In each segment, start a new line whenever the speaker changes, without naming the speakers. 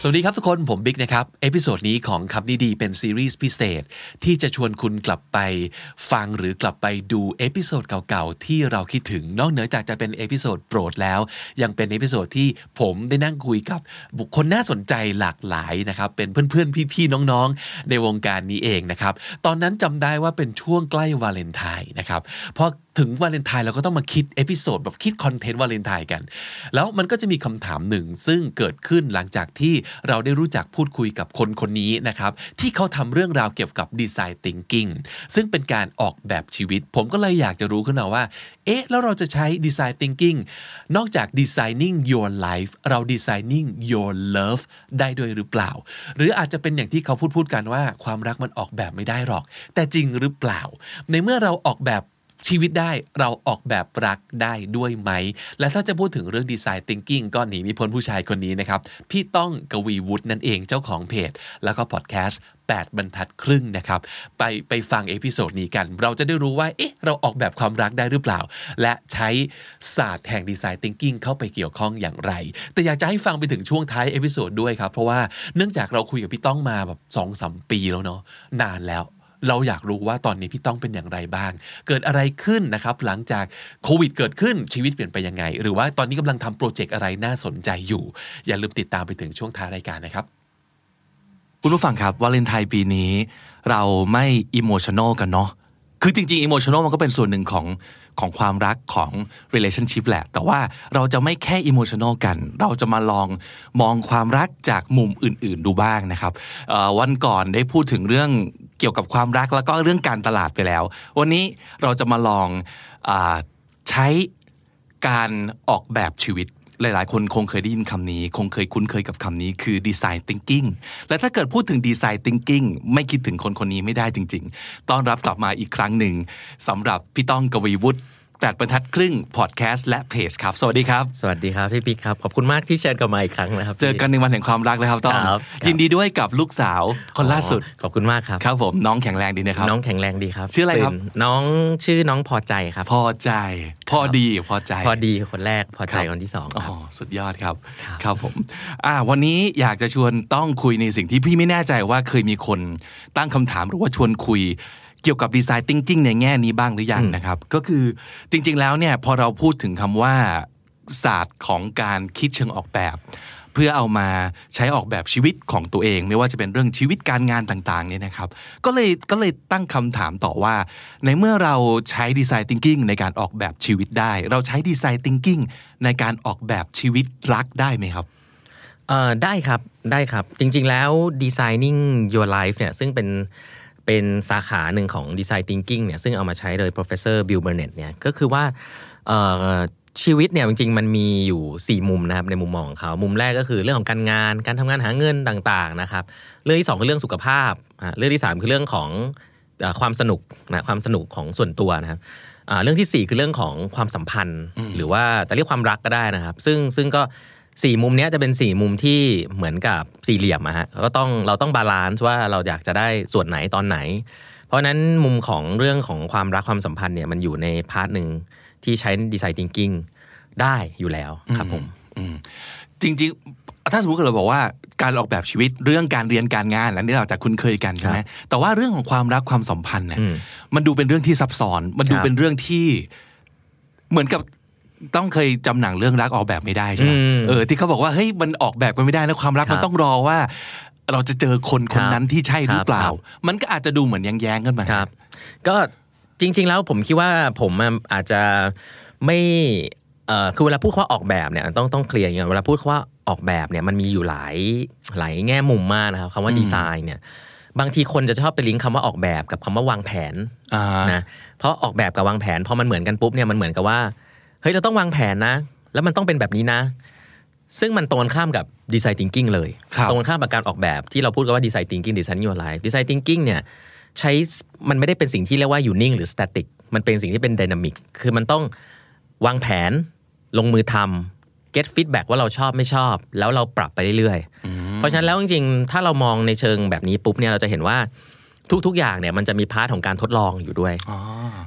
สวัสดีครับทุกคนผมบิ๊กนะครับ เอพิโซดนี้ของคำนี้ดีเป็นซีรีส์พิเศษ ที่จะชวนคุณกลับไปฟังหรือกลับไปดูเอพิโซดเก่าๆ ที่เราคิดถึงนอกเหนือจากจะเป็นเอพิโซดโปรดแล้ว ยังเป็นเอพิโซดที่ผมได้นั่งคุยกับบุคคลน่าสนใจหลากหลายนะครับ เป็นเพื่อนๆ พี่ๆ น้องๆ ในวงการนี้เองนะครับ ตอนนั้นจำได้ว่าเป็นช่วงใกล้วาเลนไทน์นะครับพอ ถึงวาเลนไทน์เราก็ต้องมาคิดเอพิโซดแบบคิดคอนเทนต์วาเลนไทน์กัน แล้วมันก็จะมีคำถามหนึ่ง ซึ่งเกิดขึ้นหลังจากที่เราได้รู้จักพูดคุยกับคนคนนี้นะครับ ที่เขาทำเรื่องราวเกี่ยวกับดีไซน์ thinking ซึ่งเป็นการออกแบบชีวิต ผมก็เลยอยากจะรู้ขึ้นมาว่า เอ๊ะ แล้วเราจะใช้ดีไซน์ thinking นอกจาก designing your life เรา designing your love ได้ด้วยหรือเปล่า หรืออาจจะเป็นอย่างที่เขาพูดพูดๆกันว่าความรักมันออกแบบไม่ได้หรอก แต่จริงหรือเปล่า ในเมื่อเราออกแบบ ชีวิตได้เราออกแบบรักได้ด้วยไหม และถ้าจะพูดถึงเรื่องดีไซน์ thinking ก็หนีไมิพ้นผู้ชายคนนี้นะครับ พี่ต้องกวีวุฒินั่นเองเจ้าของเพจ แล้วก็พอดแคสต์ 8 บรรทัดครึ่งนะครับ ไปไปฟังเอพิโซดนี้กัน เราจะได้รู้ว่า เอ๊ะ เราออกแบบความรักได้หรือเปล่า และใช้ศาสตร์แห่งดีไซน์ thinking เข้าไปเกี่ยวข้องอย่างไร แต่อยากจะให้ฟังไปถึงช่วงท้ายเอพิโซดด้วยครับเพราะว่าเนื่องจากเราคุยกับพี่ต้องมาแบบ2-3ปีแล้วเนาะนานแล้ว เราอยากรู้ว่าตอนนี้พี่ต้องเป็นอย่างไรบ้าง เกิดอะไรขึ้นนะครับ หลังจากโควิดเกิดขึ้นชีวิตเปลี่ยนไปยังไง หรือว่าตอนนี้กำลังทำโปรเจกต์อะไรน่าสนใจอยู่ อย่าลืมติดตามไปถึงช่วงท้ายรายการนะครับ
คุณผู้ฟังครับวาเลนไทน์ปีนี้ เราไม่อิโมชัน a ลกันเนาะคือจริงๆอิโมชัน a ลมันก็เป็นส่วนหนึ่งของของความรักของ relationship แหละ แต่ว่าเราจะไม่แค่อิโมชัน a ลกัน เราจะมาลองมองความรักจากมุมอื่นๆดูบ้างนะครับเอ่อวันก่อนได้พูดถึงเรื่องเกี่ยวกับความรักแล้วก็เรื่องการตลาดไปแล้ว วันนี้เราจะมาลองอาใช้ การออกแบบชีวิตหลาย ๆ คนคงเคยได้ยินคำนี้ คงเคยคุ้นเคยกับคำนี้คือ design thinking และถ้าเกิดพูดถึง design thinking ไม่คิดถึงคนคนนี้ไม่ได้จริง ๆ ต้อนรับกลับมาอีกครั้งหนึ่งสำหรับพี่ต้องกวีวุฒิแปดบรรทัดครึ่ง พอดแคสต์และเพจครับ สวัสดีครับ
สวัสดีครับพี่ปิ๊กครับ ขอบคุณมากที่เชิญกลับมาอีกครั้งนะครับ
เจอกันในวันแห่งความรักเลยครับต้อง
ครับ
ยินดีด้วยกับลูกสาวคนล่าสุด
อ๋อขอบคุณมากครับ
ครับผมน้องแข็งแรงดีนะครับ
น้องแข็งแรงดีครับ
ชื่ออะไรครับ
ตื่นน้องชื่อน้องพอใจครับ
พอใจ พอดีพอใจ
พอดีคนแรกพอใจ
ครับ
คนที่สอง
อ๋อ
ครับ
สุดยอดครับ
ครับ
ครับผมอ่าวันนี้อยากจะชวนต้องคุยในสิ่งที่พี่ไม่แน่ใจว่าเคยมีคนตั้งคำถามหรือว่าชวนคุยเกี่ยวกับดีไซน์ทิงกิ้งในแง่นี้บ้างหรือยังนะครับ ก็คือจริง ๆ แล้วเนี่ยพอเราพูดถึงคำว่าศาสตร์ของการคิดเชิงออกแบบ เพื่อเอามาใช้ออกแบบชีวิตของตัวเอง ไม่ว่าจะเป็นเรื่องชีวิตการงานต่างๆเนี่ยนะครับ ก็เลยก็เลยตั้งคำถามต่อว่า ในเมื่อเราใช้ดีไซน์ thinking ในการออกแบบชีวิตได้ เราใช้ดีไซน์ thinking ในการออกแบบชีวิตรักได้ไหมครับ
เอ่อได้ครับได้ครับ จริงๆแล้ว designing your life เนี่ยซึ่งเป็นเป็นสาขาหนึ่งของ design thinking เนี่ยซึ่งเอามาใช้โดย professor Bill Burnett เนี่ยก็คือว่าเอ่อชีวิตเนี่ยจริงๆ มันมีอยู่ 4 มุมนะครับในมุมมองของเขา มุมแรกก็คือเรื่องของการงานการทำงานหาเงินต่างๆนะครับเรื่องที่ 2 คือเรื่องสุขภาพอ่ะเรื่องที่ 3 คือเรื่องของเอ่อความสนุกนะความสนุกของส่วนตัวนะครับ อ่าเรื่องที่ 4 คือเรื่องของความสัมพันธ์ หรือว่าจะเรียกความรักก็ได้นะครับ ซึ่งซึ่งก็ 4 มุมเนี้ยจะเป็น 4 มุมที่เหมือนกับสี่เหลี่ยมอะฮะก็ต้องเราต้องบาลานซ์ว่าเราอยากจะได้ส่วนไหนตอนไหน เพราะฉะนั้นมุมของเรื่องของความรักความสัมพันธ์เนี่ยมันอยู่ในพาร์ทหนึ่งที่ใช้ดีไซน์ thinking ได้อยู่แล้วครับผม
จริงๆ ถ้าสมมติเราบอกว่าการออกแบบชีวิตเรื่องการเรียนการงานอันนี้เราจะคุ้นเคยกันใช่ไหมแต่ว่าเรื่องของความรักความสัมพันธ์เนี่ย
อืม
มันดูเป็นเรื่องที่ซับซ้อน มันดู
ครับ
เป็นเรื่องที่เหมือนกับต้องเคยจำหนังเรื่องรักออกแบบไม่ได้ใช่ไหม
อืม
เออที่เขาบอกว่าเฮ้ยมันออกแบบกันไม่ได้นะความรัก
ครับ
มันต้องรอว่า เราจะเจอคนคน
ครับ
นั้นที่ใช่หรือเปล่า
ครับ
มันก็อาจจะดูเหมือนแย้งๆกันไป
ครับก็จริง ๆ แล้วผมคิดว่าผมอะอาจจะไม่เอ่อคือเวลาพูดคำว่าออกแบบเนี่ยต้องต้องเคลียร์อย่างเงี้ยเวลาพูดคำว่าออกแบบเนี่ยมันมีอยู่หลายหลายแง่มุมมากนะครับคำว่า
อืม
ดีไซน์เนี่ยบางทีคนจะชอบไปลิงก์คำว่าออกแบบกับคำว่าวางแผน
อ่า
นะเพราะออกแบบกับวางแผนพอมันเหมือนกันปุ๊บเนี่ยมันเหมือนกับว่าเฮ้ยเราต้องวางแผนนะ แล้วมันต้องเป็นแบบนี้นะ ซึ่งมันตรงกันข้ามกับดีไซน์ thinking เลย
ครับ
ตรงกันข้ามกับการออกแบบที่เราพูดกันว่าดีไซน์ thinking ดีไซน์ your life ดีไซน์ thinking เนี่ย ใช้มันไม่ได้เป็นสิ่งที่เรียกว่าอยู่นิ่งหรือสแตติกมันเป็นสิ่งที่เป็นดินามิกคือมันต้องวางแผนลงมือทำ get feedback ว่าเราชอบไม่ชอบ แล้วเราปรับไปเรื่อยๆ เพราะฉะนั้นแล้วจริงๆ ถ้าเรามองในเชิงแบบนี้ปุ๊บเนี่ยเราจะเห็นว่าทุกๆอย่างเนี่ยมันจะมีพาร์ทของการทดลองอยู่ด้วย
อ๋อ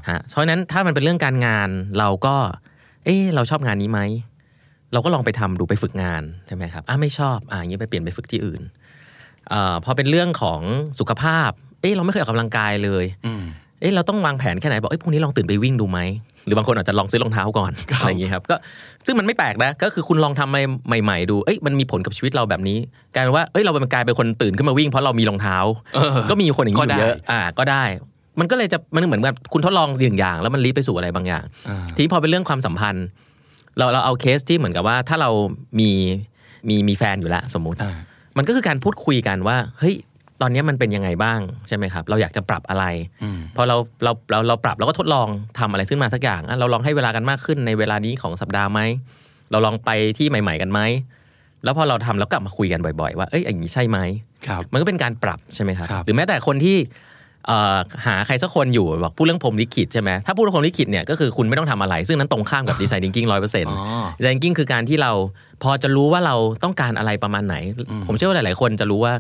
ฮะเพราะฉะนั้นถ้ามันเป็นเรื่องการงานเราก็ เอ๊ะเราชอบงานนี้ไหม เราก็ลองไปทำดูไปฝึกงานใช่ไหมครับอ่ะไม่ชอบอ่ะอย่างนี้ไปเปลี่ยนไปฝึกที่อื่นเออพอเป็นเรื่องของสุขภาพ เอ๊ะเราไม่เคยออกกำลังกายเลย
อืม
เอ๊ะเราต้องวางแผนแค่ไหนบอกเอ้ยพรุ่งนี้ลองตื่นไปวิ่งดูไหมหรือบางคนอาจจะลองซื้อรองเท้าก่อนอะไรอย่างนี้ครับก็ซึ่งมันไม่แปลกนะก็คือคุณลองทำอะไรใหม่ ๆ ดูเอ้ยมันมีผลกับชีวิตเราแบบนี้กลายเป็นว่าเอ้ยเราเป็นกลายเป็นคนตื่นขึ้นมาวิ่งเพราะเรามีรองเท้า
เออ
ก็มีคนอย่างนี้อ
ก็ได้
ยู่เยอะอ่าก็ได้ มันก็เลยจะมันเหมือนกับคุณทดลองหนึ่งอย่าง แล้วมันลีดไปสู่อะไรบางอย่าง
อ่า
ทีนี้พอเป็นเรื่องความสัมพันธ์ เราเราเอาเคสที่เหมือนกับว่าถ้าเรามีมีมีแฟนอยู่แล้วสมมติ
อ่า
มันก็คือการพูดคุยกันว่า เฮ้ย ตอนนี้มันเป็นยังไงบ้างใช่ไหมครับ เราอยากจะปรับอะไร
อืม
พอเราเราเราเราปรับเราก็ทดลองทำอะไรขึ้นมาสักอย่างอ่ะเราลองให้เวลากันมากขึ้นในเวลานี้ของสัปดาห์ไหม เราลองไปที่ใหม่ ๆ กันไหม แล้วพอเราทำแล้วกลับมาคุยกันบ่อย ๆ ว่า เอ้ยอย่างนี้ใช่ไหม
ครับ
มันก็เป็นการปรับใช่ไหมครับ
ครับ
หรือแม้แต่คนที่เอ่อหาใครสักคนอยู่บอกพูดเรื่องพรหมลิขิตใช่ไหมถ้าพูดเรื่องพรหมลิขิตเนี่ยก็คือคุณไม่ต้องทำอะไร ซึ่งนั้นตรงข้ามกับดีไซน์ h ิงกิ้งร้อยเปอร์เซ็นต์
อ๋อ
d e s i g n thinking คือการที่เราพอจะรู้ว่าเราต้องการอะไรประมาณไหน
อืม
ผมเชื่อว่าหลาย ๆ คนจะรู้ว่า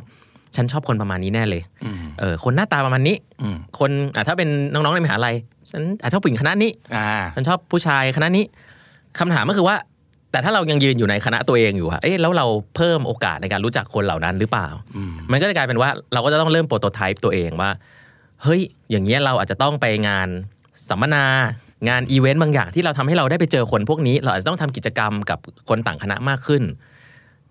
ฉันชอบคนประมาณนี้แน่เลย
อืม
เออคนหน้าตาประมาณนี้
อืม
คนอ่ะถ้าเป็นน้อง ๆ ในมหาลัยฉันอาจชอบผู้หญิงคณะนี้
อ่า
ฉันชอบผู้ชายคณะนี้คำถามก็คือว่า แต่ถ้าเรายังยืนอยู่ในคณะตัวเองอยู่อะเอ๊ะแล้วเราเพิ่มโอกาสในการรู้จักคนเหล่านั้นหรือเปล่า
อืม
มันก็จะกลายเป็นว่าเราก็จะต้องเริ่มโปรโตไทป์ตัวเองว่า เฮ้ย อย่างเงี้ยเราอาจจะต้องไปงานสัมมนา งานอีเวนต์บางอย่างที่เราทำให้เราได้ไปเจอคนพวกนี้ เราอาจจะต้องทำกิจกรรมกับคนต่างคณะมากขึ้น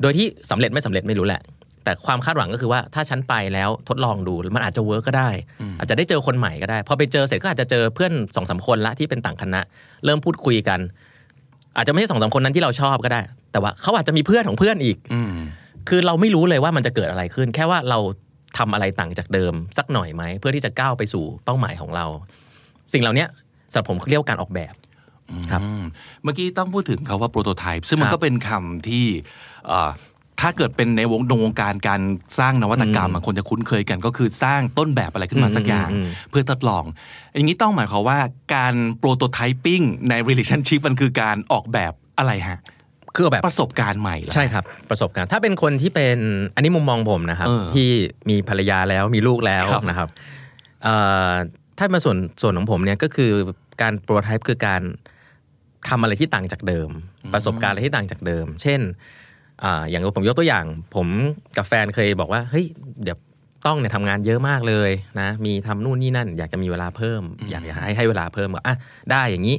โดยที่สำเร็จไม่สำเร็จไม่รู้แหละ แต่ความคาดหวังก็คือว่าถ้าฉันไปแล้วทดลองดูมันอาจจะเวิร์กก็ได้ อาจจะได้เจอคนใหม่ก็ได้ พอไปเจอเสร็จก็อาจจะเจอเพื่อนสองสามคนละที่เป็นต่างคณะ เริ่มพูดคุยกัน อาจจะไม่ใช่สองสามคนนั้นที่เราชอบก็ได้ แต่ว่าเขาอาจจะมีเพื่อนของเพื่อนอีก
อืม
คือเราไม่รู้เลยว่ามันจะเกิดอะไรขึ้น แค่ว่าเราทำอะไรต่างจากเดิมสักหน่อยไหม เพื่อที่จะก้าวไปสู่เป้าหมายของเรา สิ่งเหล่าเนี้ยสำหรับผมเรียกว่าการออกแบบ ครับ
อืมเมื่อกี้ต้องพูดถึงคาว่าโปรโตไทป์ซึ่งมัน
ครับ
ก็เป็นคำที่เอ่อถ้าเกิดเป็นในวงวงการการสร้างนวัตกรรม
อืม
อะคนจะคุ้นเคยกันก็คือสร้างต้นแบบอะไรขึ้นมาสักอย่าง
อืมอืมอืม
เพื่อทดลอง อย่างนี้ต้องหมายความว่าการโปรโตไทปิ้งใน relationship มันคือการออกแบบอะไรฮะ
คือออกแบบ
ประสบการณ์ใหม่เหรอ
ใช่ครับ ประสบการณ์ถ้าเป็นคนที่เป็นอันนี้มุมมองผมนะครับ
เออ
ที่มีภรรยาแล้วมีลูกแล้ว
ครับ
นะครับเอ่อถ้ามาส่วนส่วนของผมเนี่ยก็คือการโปรไทป์คือการทำอะไรที่ต่างจากเดิม ประสบการณ์อะไรที่ต่างจากเดิม เช่นอ่าอย่างผมยกตัวอย่าง ผมกับแฟนเคยบอกว่าเฮ้ยเดี๋ยวต้องเนี่ยทำงานเยอะมากเลยนะมีทำนู่นนี่นั่น อยากจะมีเวลาเพิ่ม อยากอยากให้ให้เวลาเพิ่มก็อ่ะได้อย่างนี้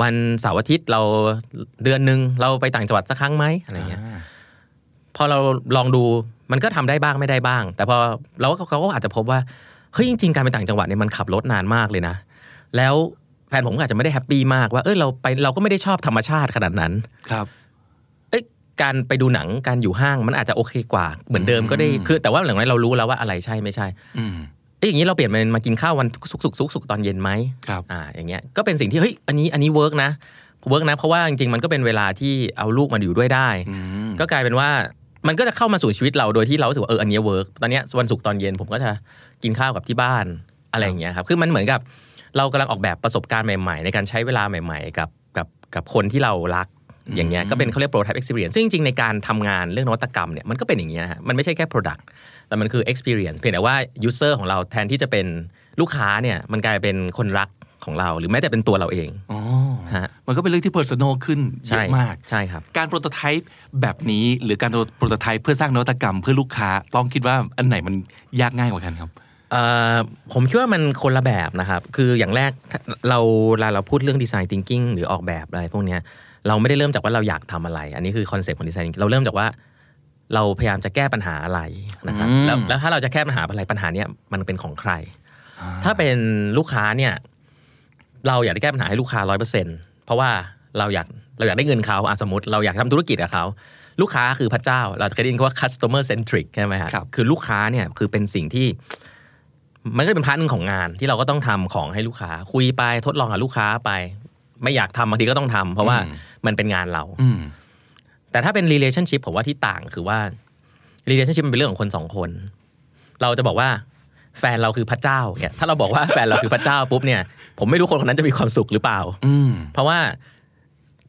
วันเสาร์อาทิตย์เราเดือนหนึ่งเราไปต่างจังหวัดสักครั้งไหมอะไรเงี้ย
อ่า
พอเราลองดูมันก็ทำได้บ้างไม่ได้บ้าง แต่พอเราก็เขาก็อาจจะพบว่าเฮ้ยจริงๆการไปต่างจังหวัดเนี่ยมันขับรถนานมากเลยนะ แล้วแฟนผมก็อาจจะไม่ได้แฮปปี้มากว่าเออเราไปเราก็ไม่ได้ชอบธรรมชาติขนาดนั้น
ครับ
เอ้ยการไปดูหนังการอยู่ห้างมันอาจจะโอเคกว่าเหมือนเดิมก็ได้คือแต่ว่าหลังจากนั้นเรารู้แล้วว่าอะไรใช่ไม่ใช่
อืม
เอ้ยอย่างนี้เราเปลี่ยนเป็นมากินข้าววันศุกร์ศุกร์ศุกร์ศุกร์ตอนเย็นไหม
ครับ
อ่าอย่างเงี้ยก็เป็นสิ่งที่เฮ้ยอันนี้อันนี้เวิร์กนะเวิร์กนะ เพราะว่าจริงๆมันก็เป็นเวลาที่เอาลูกมาอยู่ด้วยได้
อืม
ก็กลายเป็นว่ามันก็จะเข้ามาสู่ชีวิตเราโดยที่เรารู้สึกว่าเอออันเนี้เวิร์กตอนเนี้ยวันศุกร์ตอนเย็นผมก็จะกินข้าวกับที่บ้านอะไรอย่างเงี้ยครับคือมันเหมือนกับเรากำลังออกแบบประสบการณ์ใหม่ๆ ในการใช้เวลาใหม่ ๆ กับกับกับคนที่เรารักอย่างเงี้ยก็เป็นเขาเรียก prototype experience ซึ่งจริงๆในการทำงานเรื่องนวัตกรรมเนี่ยมันก็เป็นอย่างเงี้ยนะฮะมันไม่ใช่แค่ product แต่มันคือ experience เพียงแต่ว่า user ของเราแทนที่จะเป็นลูกค้าเนี่ยมันกลายเป็นคนรักของเรา หรือแม้แต่เป็นตัวเราเอง
อ๋อ
ฮะ
มันก็เป็นเรื่องที่ personal ขึ้นเย
ใช่
อะมาก
ใช่ครับ
การโปรโตไทป์แบบนี้หรือการโปรโตไทป์เพื่อสร้างนวัตกรรมเพื่อลูกค้า ต้องคิดว่าอันไหนมันยากง่ายกว่ากันครับ
เอ่อผมคิดว่ามันคนละแบบนะครับ คืออย่างแรกถ้าเราเวลาเราพูดเรื่องดีไซน์ thinking หรือออกแบบอะไรพวกเนี้ยเราไม่ได้เริ่มจากว่าเราอยากทำอะไร อันนี้คือคอนเซ็ปต์ของดีไซน์ เราเริ่มจากว่าเราพยายามจะแก้ปัญหาอะไรนะครับ
อืม
แล้วแล้วถ้าเราจะแก้ปัญหาอะไรปัญหาเนี้ยมันเป็นของใคร ถ้าเป็นลูกค้าเนี่ยเราอยากจะแก้ปัญหาให้ลูกค้าร้อยเปอร์เซ็นเพราะว่าเราอยากเราอยากได้เงินเขาอ่ะสมมติเราอยากทำธุรกิจกับเขาลูกค้าคือพระเจ้า เราจะเคยได้ยินคำว่า customer centric ใช่ไหมฮะ
ครับ
คือลูกค้าเนี่ยคือเป็นสิ่งที่ มันก็เป็นพาร์ทหนึงของงานที่เราก็ต้องทำของให้ลูกค้า คุยไปทดลองกับลูกค้าไป ไม่อยากทำบางทีก็ต้องทำเพราะว่ามันเป็นงานเรา
อืม
แต่ถ้าเป็น relationship ผมว่าที่ต่างคือว่า relationship มันเป็นเรื่องของคนสองคน เราจะบอกว่า แฟนเราคือพระเจ้าเนี่ยถ้าเราบอกว่า แฟนเราคือพระเจ้าปุ๊บเนี่ยผมไม่รู้คนคนนั้นจะมีความสุขหรือเปล่า
อืม
เพราะว่า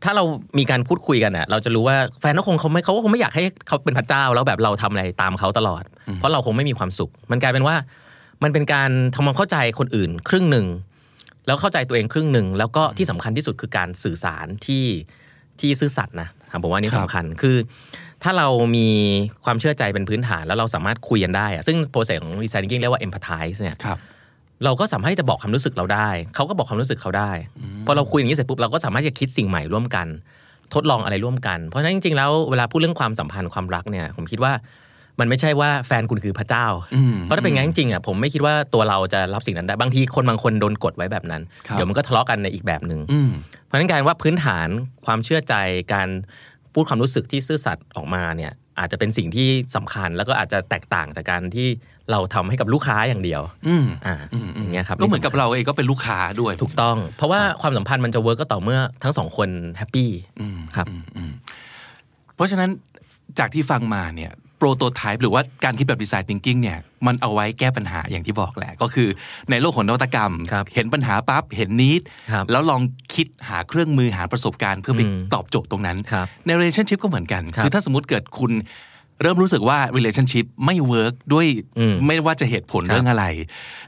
ถ้าเรามีการพูดคุยกันอ่ะ เราจะรู้ว่าแฟนเขาคงเขาไม่เขาก็คงไม่อยากให้เขาเป็นพระเจ้าแล้วแบบเราทำอะไรตามเขาตลอด เพราะเราคงไม่มีความสุข มันกลายเป็นว่า มันเป็นการทำความเข้าใจคนอื่นครึ่งหนึ่งแล้วเข้าใจตัวเองครึ่งหนึ่งแล้วก็ที่สำคัญที่สุดคือการสื่อสารที่ที่ซื่อสัตย์นะผมว่าอันนี่
ครับ
สำคัญคือ ถ้าเรามีความเชื่อใจเป็นพื้นฐานแล้วเราสามารถคุยกันได้อะซึ่งโปรเซสของ design thinking เรียกว่า empathize เนี่ย
ครับ
เราก็สามารถที่จะบอกความรู้สึกเราได้ เขาก็บอกความรู้สึกเขาได้ พอเราคุยอย่างนี้เสร็จปุ๊บเราก็สามารถจะคิดสิ่งใหม่ร่วมกัน ทดลองอะไรร่วมกัน เพราะฉะนั้นจริงๆแล้วเวลาพูดเรื่องความสัมพันธ์ความรักเนี่ยผมคิดว่ามันไม่ใช่ว่าแฟนคุณคือพระเจ้า
อืม
เพราะถ้าเป็นงั้นจริงๆอ่ะผมไม่คิดว่าตัวเราจะรับสิ่งนั้นได้ บางทีคนบางคนโดนกดไว้แบบนั้น
ครับ
เดี๋ยวมันก็ทะเลาะกันในอีกแบบหนึ่ง
อืม
เพราะฉะนั้นการว่าพื้นฐานความเชื่อใจการพูดความรู้สึกที่ซื่อสัตย์ออกมาเนี่ยอาจจะเป็นสิ่งที่สำคัญแล้วก็อาจจะแตกต่างจากการที่เราทำให้กับลูกค้าอย่างเดียว
อืม
อ่า
อืม
อย่างเงี้ยครับ
ก็เหมือนกับเราเองก็เป็นลูกค้าด้วย
ถูกต้อง เพราะว่าความสัมพันธ์มันจะเวิร์กก็ต่อเมื่อทั้งสองคนแฮปปี้
อืม
ครับ
เพราะฉะนั้นจากที่ฟังมาเนี่ยโปรโตไทป์หรือว่าการคิดแบบดีไซน์ thinking เนี่ยมันเอาไว้แก้ปัญหาอย่างที่บอกแหละ ก็คือในโลกของนวัตกรรม
ครับ
เห็นปัญหาปั๊บเห็นนิด
ครับ
แล้วลองคิดหาเครื่องมือหาประสบการณ์เพื่อไป
อืม
ตอบโจทย์ตรงนั้น
ครับ
ใน relationship ก็เหมือนกัน
ครับ
อถ้าสมมติเกิดคุณเริ่มรู้สึกว่า relationship ไม่ work ด้วย
อืม
ไม่ว่าจะเหตุผลเรื่องอะไร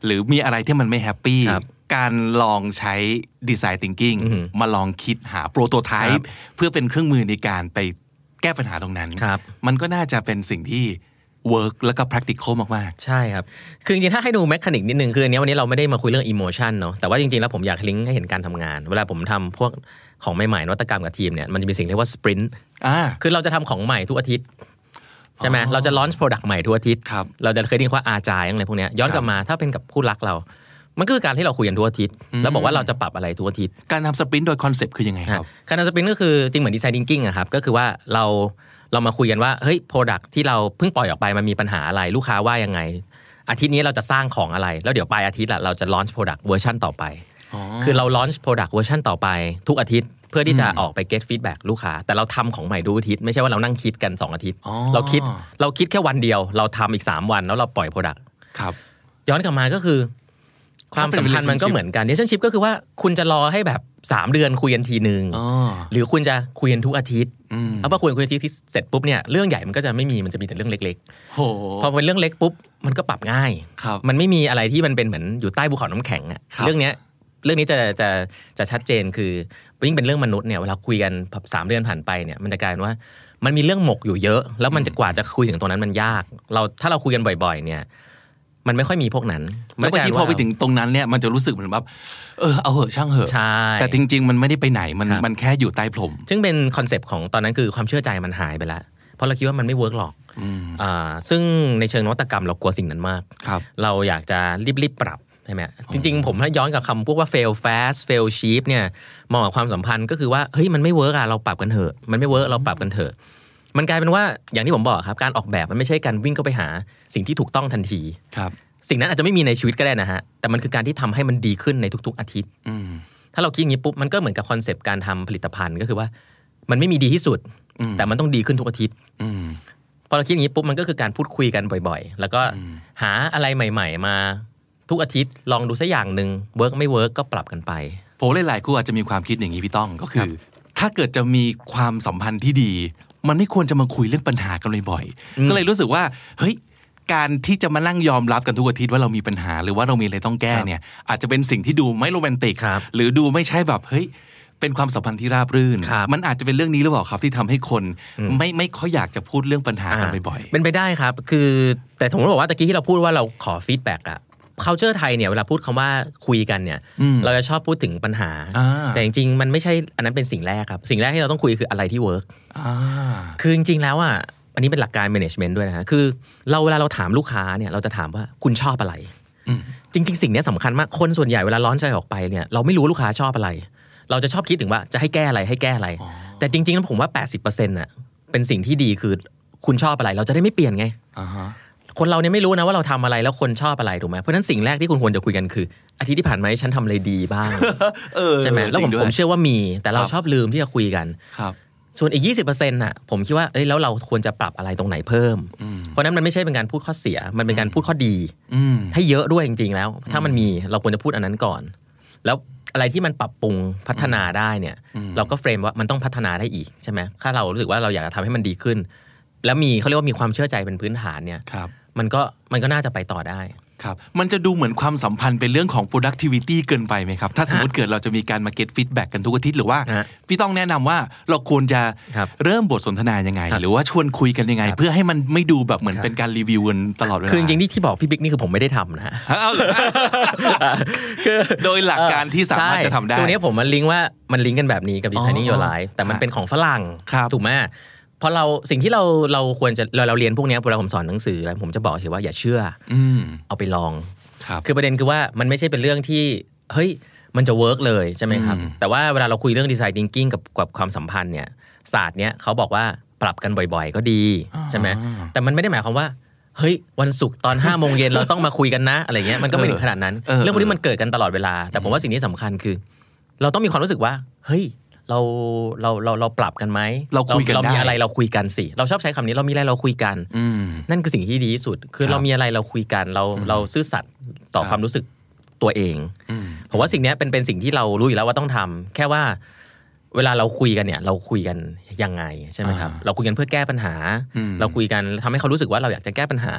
หรือมีอะไรที่มันไม่แฮปปี้
ครับ
การลองใช้ดีไซน์ thinking
อืม
มาลองคิดหาโปรโตไท
ครั
ป์
บ
เพื่อเป็นเครื่องมือในการไปแก้ปัญหาตรงนั้น
ครับ
มันก็น่าจะเป็นสิ่งที่ work แล้วก็ practical มาก
ใช่ครับ คือจริงๆ ถ้าให้ดูแมคานิกนิดนึงคืออันเนี้ยวันนี้เราไม่ได้มาคุยเรื่องอิโมชันเนาะ แต่ว่าจริงๆ แล้วผมอยากลิงก์ให้เห็นการทำงาน เวลาผมทำพวกของใหม่ๆนวัตกรรมกับทีมเนี่ยมันจะมีสิ่งที่เรียกว่าสปรินต์
ๆอ่า
คือเราจะทำของใหม่ทุกอาทิตย์ใช่ไหมเราจะลอนช์โปรดักต์ใหม่ทุกอาทิตย์
ครับ
เราจะเคยได้ยินว่าอาจายอะไรพวกเนี้ยย้อนกลับมาถ้าเป็นกับคู่รักเรา มันก็คือการที่เราคุยกันทุกอาทิตย์ แล้วบอกว่าเราจะปรับอะไรทุกอาทิตย์
การทำสปรินต์โดยคอนเซปต์คือยังไงครับ
ฮะการนำสปรินก็คือจริงเหมือนดีไซน์ thinking อะครับก็คือว่าเราเรามาคุยกันว่าเฮ้ยโปรดักที่เราเพิ่งปล่อยออกไปมันมีปัญหาอะไรลูกค้าว่ายังไง อาทิตย์นี้เราจะสร้างของอะไร แล้วเดี๋ยวปลายอาทิตย์ละเราจะลอนช์โปรดักต์เวอร์ชันต่อไป คือเราลอนช์โปรดักต์เวอร์ชันต่อไป ทุกอาทิตย์เพื่อที่จะออกไป get feedback ลูกค้า แต่เราทำของใหม่ทุกอาทิตย์ไม่ใช่ว่าเรานั่งคิดกันสองอาทิตย์
อ๋อ
เราคิดเราคิดแค่วันเดียว เราทำอีกสามวันแล้วเราปล่อยโปรดัก
ครับ
ย้อนกลับมาก็คือ ความสัมพันธ์มันก็เหมือนกัน relationship ก็คือว่าคุณจะรอให้แบบ 3 เดือนคุยกันทีหนึ่ง
อ๋อ
หรือคุณจะคุยกันทุกอาทิตย์
อืม
แล้วพอคุยกันทุกอาทิตย์ที่เสร็จปุ๊บเนี่ยเรื่องใหญ่มันก็จะไม่มีมันจะมีแต่เรื่องเล็ก
โห
ๆพอเป็นเรื่องเล็กปุ๊บมันก็ปรับง่าย
ครับ
มันไม่มีอะไรที่มันเป็นเหมือนอยู่ใต้ภูเขาน้ำแข็งอะ
ครับ
เรื่องเนี้ยเรื่องนี้จะจะจะชัดเจนคือยิ่งเป็นเรื่องมนุษย์เนี่ยเวลาคุยกันแบบสามเดือนผ่านไปเนี่ยมันจะกลายเป็นว่ามันมีเรื่องหมกอยู่เยอะ แล้วมันจะกว่าจะคุยถึงตรงนั้นมันยาก เราถ้าเราคุยกันบ่อย ๆ เนี่ย มันไม่ค่อยมีพวกนั้น
แล้วบางทีพอไปถึงตรงนั้นเนี่ยมันจะรู้สึกเหมือนแบบเออเอาเหอะช่างเหอะ
ใช่
แต่จริง ๆ มันไม่ได้ไปไหนมัน
ครับ
มันแค่อยู่ใต้พรม
ซึ่งเป็นคอนเซปต์ของตอนนั้นคือความเชื่อใจมันหายไปแล้วเพราะเราคิดว่ามันไม่เวิร์กหรอก
อืม
อ่าซึ่งในเชิงนวัตกรรมเรากลัวสิ่งนั้นมาก
ครับ
เราอยากจะรีบๆปรับใช่ไหมจริงๆ ผมถ้าย้อนกับคำพวกว่า fail fast fail cheap เนี่ยมองกับความสัมพันธ์ก็คือว่าเฮ้ยมันไม่เวิร์กอะเราปรับกันเถอะมันไม่เวิร์กเราปรับกันเถอะ มันกลายเป็นว่าอย่างที่ผมบอกครับการออกแบบมันไม่ใช่การวิ่งเข้าไปหาสิ่งที่ถูกต้องทันที
ครับ
สิ่งนั้นอาจจะไม่มีในชีวิตก็ได้นะฮะแต่มันคือการที่ทำให้มันดีขึ้นในทุก ๆ อาทิตย์
อืม
ถ้าเราคิดอย่างนี้ปุ๊บมันก็เหมือนกับคอนเซปต์การทำผลิตภัณฑ์ก็คือว่า มันไม่มีดีที่สุด
อืม
แต่มันต้องดีขึ้นทุกอาทิตย์
อืม
พอเราคิดอย่างนี้ปุ๊บมันก็คือการพูดคุยกันบ่อยๆ แล้วก็หาอะไรใหม่ ๆ มาทุกอาทิตย์ลองดูสักอย่างหนึ่งเวิร์กไม่เวิร์กก็ปรับกันไป
ผมว่าหลายๆคู่อาจจะมีความคิดอย่างนี้พี่ต้องก็คือ ถ้าเกิดจะมีความสัมพันธ์ที่ดี มันไม่ควรจะมาคุยเรื่องปัญหากันบ่อยๆก็เลยรู้สึกว่าเฮ้ยการที่จะมานั่งยอมรับกันทุกอาทิตย์ว่าเรามีปัญหา หรือว่าเรามีอะไรต้องแก้เนี่ยอาจจะเป็นสิ่งที่ดูไม่โรแมนติก
ครับ
หรือดูไม่ใช่แบบเฮ้ยเป็นความสัมพันธ์ที่ราบรื่น
ครับ
มันอาจจะเป็นเรื่องนี้หรือเปล่าครับที่ทำให้คนไม่ไม่ค่อยอยากจะพูดเรื่องปัญหากันบ่อย
อ่าเป็นไปได้ครับ คือแต่ผมก็บอกว่าตะกี้ที่เราพูดว่าเราขอฟีดแบ็กอะเคาเจอร์ไทยเนี่ยเวลาพูดคำว่าคุยกันเนี่ย
ๆอืม
เราจะชอบพูดถึงปัญหา
อ่า
แต่จริงๆมันไม่ใช่อันนั้นเป็นสิ่งแรกครับ สิ่งแรกที่เราต้องคุยคืออะไรที่เวิร์ก
อ่า
คือจริงๆ แล้วอ่ะ อันนี้เป็นหลักการ management ด้วยนะฮะ คือเราเวลาเราถามลูกค้าเนี่ย เราจะถามว่าคุณชอบอะไร
อืม
จริงๆ สิ่งเนี้ยสำคัญมาก คนส่วนใหญ่เวลาร้อนใจออกไปเนี่ย เราไม่รู้ว่าลูกค้าชอบอะไร เราจะชอบคิดถึงว่าจะให้แก้อะไรให้แก้อะไร แต่จริงๆ แล้วผมว่า 80%น่ะ เป็นสิ่งที่ดีคือคุณชอบอะไร เราจะได้ไม่เปลี่ยนไง
อ่าฮะ
คนเราเนี่ยไม่รู้นะว่าเราทำอะไรแล้วคนชอบอะไรถูกไหมเพราะฉะนั้นสิ่งแรกที่คุณควรจะคุยกันคืออาทิตย์ที่ผ่านมาฉันทำอะไรดีบ้าง
เออ
ใช่ไหมแล้วผม
จริงด้ย
ผมเชื่อว่ามี แต่เรา
ครับ
ชอบลืมที่จะคุยกัน
ครับ
ส่วนอีก 20%น่ะผมคิดว่าเอ้ยแล้วเราควรจะปรับอะไรตรงไหนเพิ่ม เพราะนั้นมันไม่ใช่เป็นการพูดข้อเสีย มันเป็นการพูดข้อดี
อืม
ให้เยอะด้วยจริงๆแล้ว ถ้ามันมีเราควรจะพูดอันนั้นก่อน แล้วอะไรที่มันปรับปรุงพัฒนาได้เนี่ย เราก็เฟรมว่ามันต้องพัฒนาได้อีกใช่ไหมถ้าเรารู้สึกว่าเราอยากจะทำให้มันดีขึ้น แล้วมีเขาเรียกว่ามีความเชื่อใจเป็นพื้นฐานเนี่ย
ครับ
มันก็มันก็น่าจะไปต่อได้
ครับ มันจะดูเหมือนความสัมพันธ์เป็นเรื่องของ productivity เกินไปไหมครับ ถ้าสมมติเกิดเราจะมีการมา get feedback กันทุกอาทิตย์หรือว่า
ฮะ
พี่ต้องแนะนำว่าเราควรจะ
ครับ
เริ่มบทสนทนายังไง
ครับ
หรือว่าชวนคุยกันยังไง
ครับ
เพื่อให้มันไม่ดูแบบเหมือน
ครับ
เป็นการรีวิวกันตลอดเวลา
คือจริงๆที่ที่บอกพี่บิ๊กนี่คือผมไม่ได้ทำนะ ฮะ
ฮะเอาเหรอ
คือ
โดยหลักการที่สามารถ
ใช่
จะทำได้
ตัวเนี้ยผมมันลิงก์ว่ามันลิงก์กันแบบนี้กับ Designing
อ๋อ
Your Life แต่มันเป็นของฝรั่ง
ครับ
ถูกไหมเพราะเราสิ่งที่เราเราควรจะเราเราเรียนพวกเนี้ยเวลาผมสอนหนังสือแล้วผมจะบอกเฉยว่าอย่าเชื่อ
อืม
เอาไปลอง
ครับ
คือประเด็นคือว่ามันไม่ใช่เป็นเรื่องที่เฮ้ยมันจะเวิร์กเลยใช่ไหมครับ
อืม
แต่ว่าเวลาเราคุยเรื่องดีไซน์ h ิงกิ้งกับกับความสัมพันธ์เนี่ยศาสตร์เนี้ยเขาบอกว่าปรับกันบ่อยๆ ก็ดีใช่ไหมแต่มันไม่ได้หมายความว่า เฮ้ยวันศุกร์ตอน5้าโมงเย็นเราต้องมาคุยกันนะ อะไรเงี้ยมันก็ไม่ถึงขนาดนั้น
เออ
เรื่องพวกนี้มันเกิดกันตลอดเวลา แต่ผมว่าสิ่งที่สำคัญคือ เราต้องมีความรู้สึกว่า เฮ้ยเราเราเราเราปรับกันไหม
เราคุยกัน
เรามี
ได้
อะไรเราคุยกันสิเราชอบใช้คำนี้เรามีอะไรเราคุยกัน
อืม
นั่นคือสิ่งที่ดีที่สุด คือ
ครับ
เรามีอะไรเราคุยกัน เราเราซื่อสัตย์ต่
ค
อ
รับ
ความรู้สึกตัวเอง
อืม
ผมว่าสิ่งเนี้ยเป็นเป็นสิ่งที่เรารู้อยู่แล้วว่าต้องทำแค่ว่าเวลาเราคุยกันเนี่ย เราคุยกันยังไงใช่ไหมครับ
อ่า
เราคุยกันเพื่อแก้ปัญหา
อืม
เราคุยกันทำให้เขารู้สึกว่าเราอยากจะแก้ปัญหา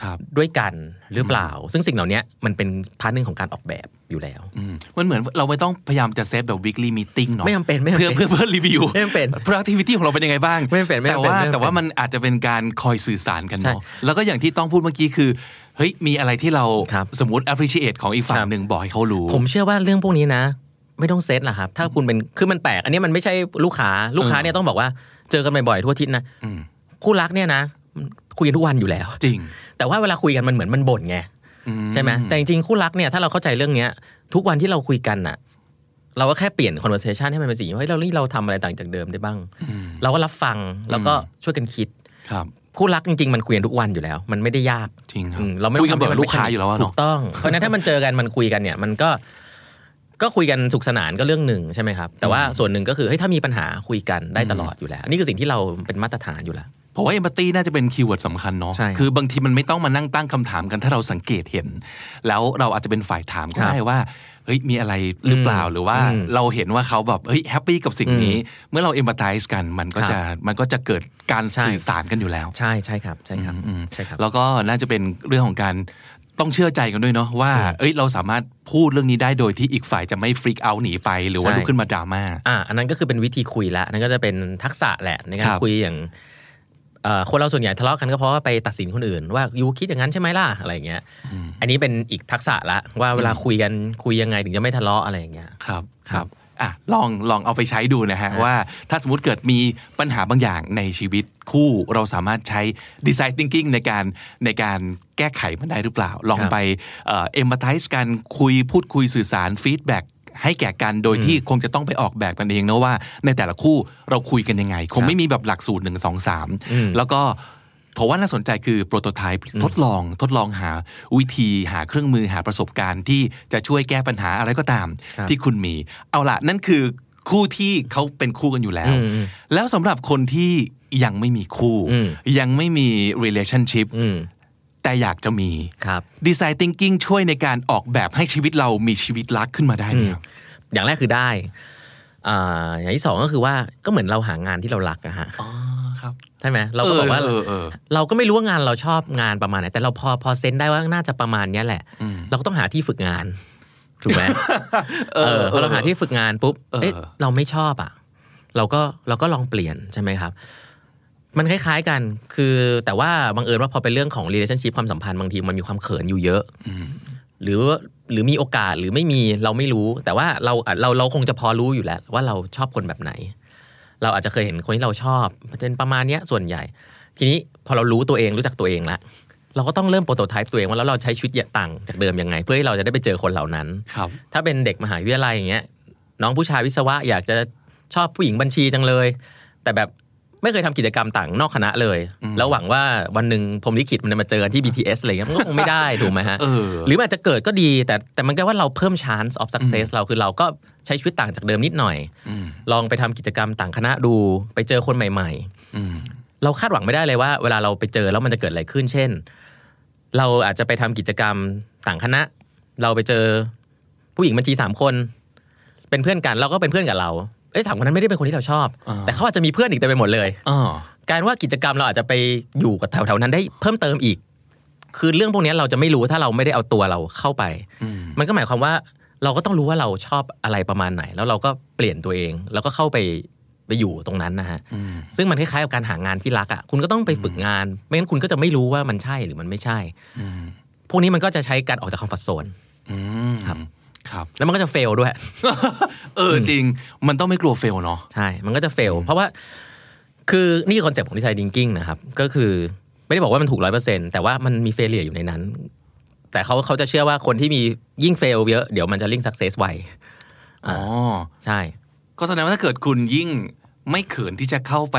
ครับ
ด้วยกันหรือเปล่า ซึ่งสิ่งเหล่าเนี้ยมันเป็นพาร์ทหนึ่งของการออกแบบอยู่แล้ว
อืมมันเหมือนเราไม่ต้องพยายามจะเซฟแบบ weekly meeting เนาะ
ไม่จำเป็นไม่จำ
เพื่อ
เป็น
เพื่อเพื่อรีวิว
ไม่จำเป็น
productivity ของเราเป็นยังไงบ้าง
ไม่จำเป็นไม่จำเป็น
แต่ว่าแต่
ไม่จำเป็น
ว่ามันอาจจะเป็นการคอยสื่อสารกันเนาะ
ใช่
แล้วก็อย่างที่ต้องพูดเมื่อกี้คือเฮ้ยมีอะไรที่เรา
ครับ
สมมติ appreciate ของอีกฝั่
ค
ง
รับ
หนึ่งบอกให้เขารู้
ผมเชื่อว่าเรื่องพวกนี้นะ ไม่ต้องเซตหรอกครับ ถ้าคุณเป็นคือมันแปลกอันนี้มันไม่ใช่ลูกค้าลูกค้า
เออ
เนี่ยต้องบอกว่าเจอกันบ่อยๆทุกอาทิตย์นะ
อืม
คู่รักเนี่ยนะคุยกันทุกวันอยู่แล้ว
จริง
แต่ว่าเวลาคุยกันมันเหมือนมันบ่นไง
อื
ใช่ไหมแต่จริงๆคู่รักเนี่ยถ้าเราเข้าใจเรื่องเนี้ย ทุกวันที่เราคุยกันน่ะ เราก็แค่เปลี่ยน conversation ให้มันเป็นสีเฮ้ยเรานี่เราทำอะไรต่างจากเดิมได้บ้าง
อืม
เราก็รับฟังแล้วก็ช่วยกันคิด
ครับ
คู่รักจริงๆมันคุยกันทุกวันอยู่แล้ว มันไม่ได้ยาก
จริงครับ
อืมเราไม่
คุยกัน
ทำให้
แบบ
มัน
ลูกค้าอยู่แล้วอะเน
ถู
อะ
กต้อง เพราะฉะนั้นถ้ามันเจอกันมันคุยกันเนี่ย มันก็ก็คุยกันสุขสนานก็เรื่องหนึ่งใช่ไหมครับแต่ว่าส่วนหนึ่งก็คือเฮ้ยถ้ามีปัญหาคุยกันได้ตลอดอยู่แล้วอันนี่คือสิ่งที่เราเป็นมาตรฐานอยู่แล้ว
ผมว่า empathy น่าจะเป็นคีย์เวิร์ดสำคัญเนาะ
ใช่ครับ
คือบางทีมันไม่ต้องมานั่งตั้งคำถามกันถ้าเราสังเกตเห็น แล้วเราอาจจะเป็นฝ่ายถามก็
ครับ
ได้ว่าเฮ้ยมีอะไรหรือเปล่า
อืม
หรือว่า
อืม
เราเห็นว่าเขาแบบเฮ้ยแฮปปี้กับสิ่งนี้ เมื่อเรา empathize กันมันก็
ครับ
จะมันก็จะเกิดการ
ใช่
สื่อสารกันอยู่แล้ว
ใช่ใช่ครับใช่ครับ
อืม
ใช่ครับ
แล้วก็น่าจะเป็นเรื่องของการต้องเชื่อใจกันด้วยเนาะว่าเอ้ยเราสามารถพูดเรื่องนี้ได้โดยที่อีกฝ่ายจะไม่ฟรีกเอาหนีไปหรือว่า
ใช่
ลุกขึ้นมาดราม่า
อ่าอันนั้นก็คือเป็นวิธีคุยละอันนั่นก็จะเป็นทักษะแหละในกา
ค
ร
รับ
คุยอย่างเอ่อคนเราส่วนใหญ่ทะเลาะกันก็เพราะว่าไปตัดสินคนอื่น ว่ายูคิดอย่างนั้นใช่ไหมล่ะอะไรอย่างเงี้ย อันนี้เป็นอีกทักษะละว่าเวลาคุยกันคุยยังไงถึงจะไม่ทะเลาะอะไรอย่างเงี้ย
ครับค
ครั
รับบ อ่ะลองลองเอาไปใช้ดูนะฮะ
ฮะ
ว่าถ้าสมมติเกิดมีปัญหาบางอย่างในชีวิตคู่เราสามารถใช้ design thinking ในการในการแก้ไขมันได้หรือเปล่า ลอง
ครับ
ไปเอ่อ็มบัติสกันคุยพูดคุยสื่อสาร feedback ให้แก่กันโดยที่คงจะต้องไปออกแบบกันเองนะว่าในแต่ละคู่เราคุยกันยังไง คงไม่มีแบบหลักสูตร 1 2
อืม
3 แล้วก็ผมว่าน่าสนใจคือโปรโตไทป์ทดลองทดลองหาวิธีหาเครื่องมือหาประสบการณ์ที่จะช่วยแก้ปัญหาอะไรก็ตาม
ครับ
ที่คุณมี เอาละนั่นคือคู่ที่เขาเป็นคู่กันอยู่แล้ว
อืมอืม
แล้วสำหรับคนที่ยังไม่มีคู่
อืม
ยังไม่มี relationship
อืม
แต่อยากจะมี
ครับ
design thinking ช่วยในการออกแบบให้ชีวิตเรามีชีวิตรักขึ้นมาได้ไหมครับ
อย่างแรกคือได้อ่าอย่างที่สองก็คือว่าก็เหมือนเราหางานที่เรารักอะฮะ
อ๋อครับ
ใช่ไหมเราก็บอกว่า
เออเออเออ
เราก็ไม่รู้ว่างานเราชอบงานประมาณไหน แต่เราพอพอเซนได้ว่าน่าจะประมาณเนี้ยแหละ
อืม
เราก็ต้องหาที่ฝึกงาน ถูกไหม
เอ
เอ
อ
อพอเราหาที่ฝึกงานปุ๊บ
เออ
เอ๊ะเราไม่ชอบอ่ะ เราก็เราก็ลองเปลี่ยนใช่ไหมครับ มันคล้ายๆกันคือแต่ว่าบังเอิญว่าพอเป็นเรื่องของ relationship ความสัมพันธ์บางทีมันมีความเขินอยู่เยอะ หรือหรือมีโอกาสหรือไม่มีเราไม่รู้ แต่ว่าเราเราเราคงจะพอรู้อยู่แล้ว ว่าเราชอบคนแบบไหน เราอาจจะเคยเห็นคนที่เราชอบเป็นประมาณเนี้ยส่วนใหญ่ ทีนี้พอเรารู้ตัวเองรู้จักตัวเองละเราก็ต้องเริ่มโปรโตไทป์ตัวเองว่าแล้วเราใช้ชีวิตอย่างต่างจากเดิมยังไง เพื่อให้เราจะได้ไปเจอคนเหล่านั้น
ครับ
ถ้าเป็นเด็กมหาวิทยาลัยอย่างเงี้ยน้องผู้ชายวิศวะอยากจะชอบผู้หญิงบัญชีจังเลย แต่แบบ ไม่เคยทำกิจกรรมต่างนอกคณะเลย แล้วหวังว่าวันหนึ่งผมลิขิตมันจะมาเจอกันที่ BTS อะไรเงี้ยมันก็คง ไม่ได้ ถูกไหมฮะ
เออ
หรือมันอาจจะเกิดก็ดี แต่แต่มันก็ว่าเราเพิ่ม chance of success เราคือเราก็ใช้ชีวิตต่างจากเดิมนิดหน่อย ลองไปทำกิจกรรมต่างคณะดู ไปเจอคนใหม่ ๆ เราคาดหวังไม่ได้เลยว่า เวลาเราไปเจอแล้วมันจะเกิดอะไรขึ้น เช่น เราอาจจะไปทำกิจกรรมต่างคณะ เราไปเจอผู้หญิงบัญชีสามคน เป็นเพื่อนกันเราก็เป็นเพื่อนกับเราเอ้ยสามคนนั้นไม่ได้เป็นคนที่เราชอบ
อ่า
แต่เขาอาจจะมีเพื่อนอีกเต็มไปหมดเลย
อ๋อ
การว่ากิจกรรมเราอาจจะไปอยู่กับแถวๆนั้นได้เพิ่มเติมอีก คือเรื่องพวกเนี้ยเราจะไม่รู้ถ้าเราไม่ได้เอาตัวเราเข้าไป มันก็หมายความว่าเราก็ต้องรู้ว่าเราชอบอะไรประมาณไหน แล้วเราก็เปลี่ยนตัวเองแล้วก็เข้าไปไปอยู่ตรงนั้นนะฮะซึ่งมันคล้ายๆกับการหางานที่รักอ่ะคุณก็ต้องไปฝึกงาน ไม่งั้นคุณก็จะไม่รู้ว่ามันใช่หรือมันไม่ใช่ พวกนี้มันก็จะใช้การออกจากคอมฟอร์ทโซน
อืม
ครับ
ครับ
แล้วมันก็จะเฟลด้วย
เออจริง มันต้องไม่กลัวเฟลเนาะ
ใช่ มันก็จะเฟล เพราะว่า คือนี่คือคอนเซ็ปต์ของดีไซน์ดิงกิ้งนะครับ ก็คือไม่ได้บอกว่ามันถูกร้อยเปอร์เซ็นแต่ว่ามันมีเฟลเลียอยู่ในนั้น แต่เขาเขาจะเชื่อว่าคนที่มียิ่งเฟลเยอะ เดี๋ยวมันจะลิ่งสักเซสไว
อ๋อ
ใช่
ก็แสดงว่าถ้าเกิดคุณยิ่งไม่เขินที่จะเข้าไป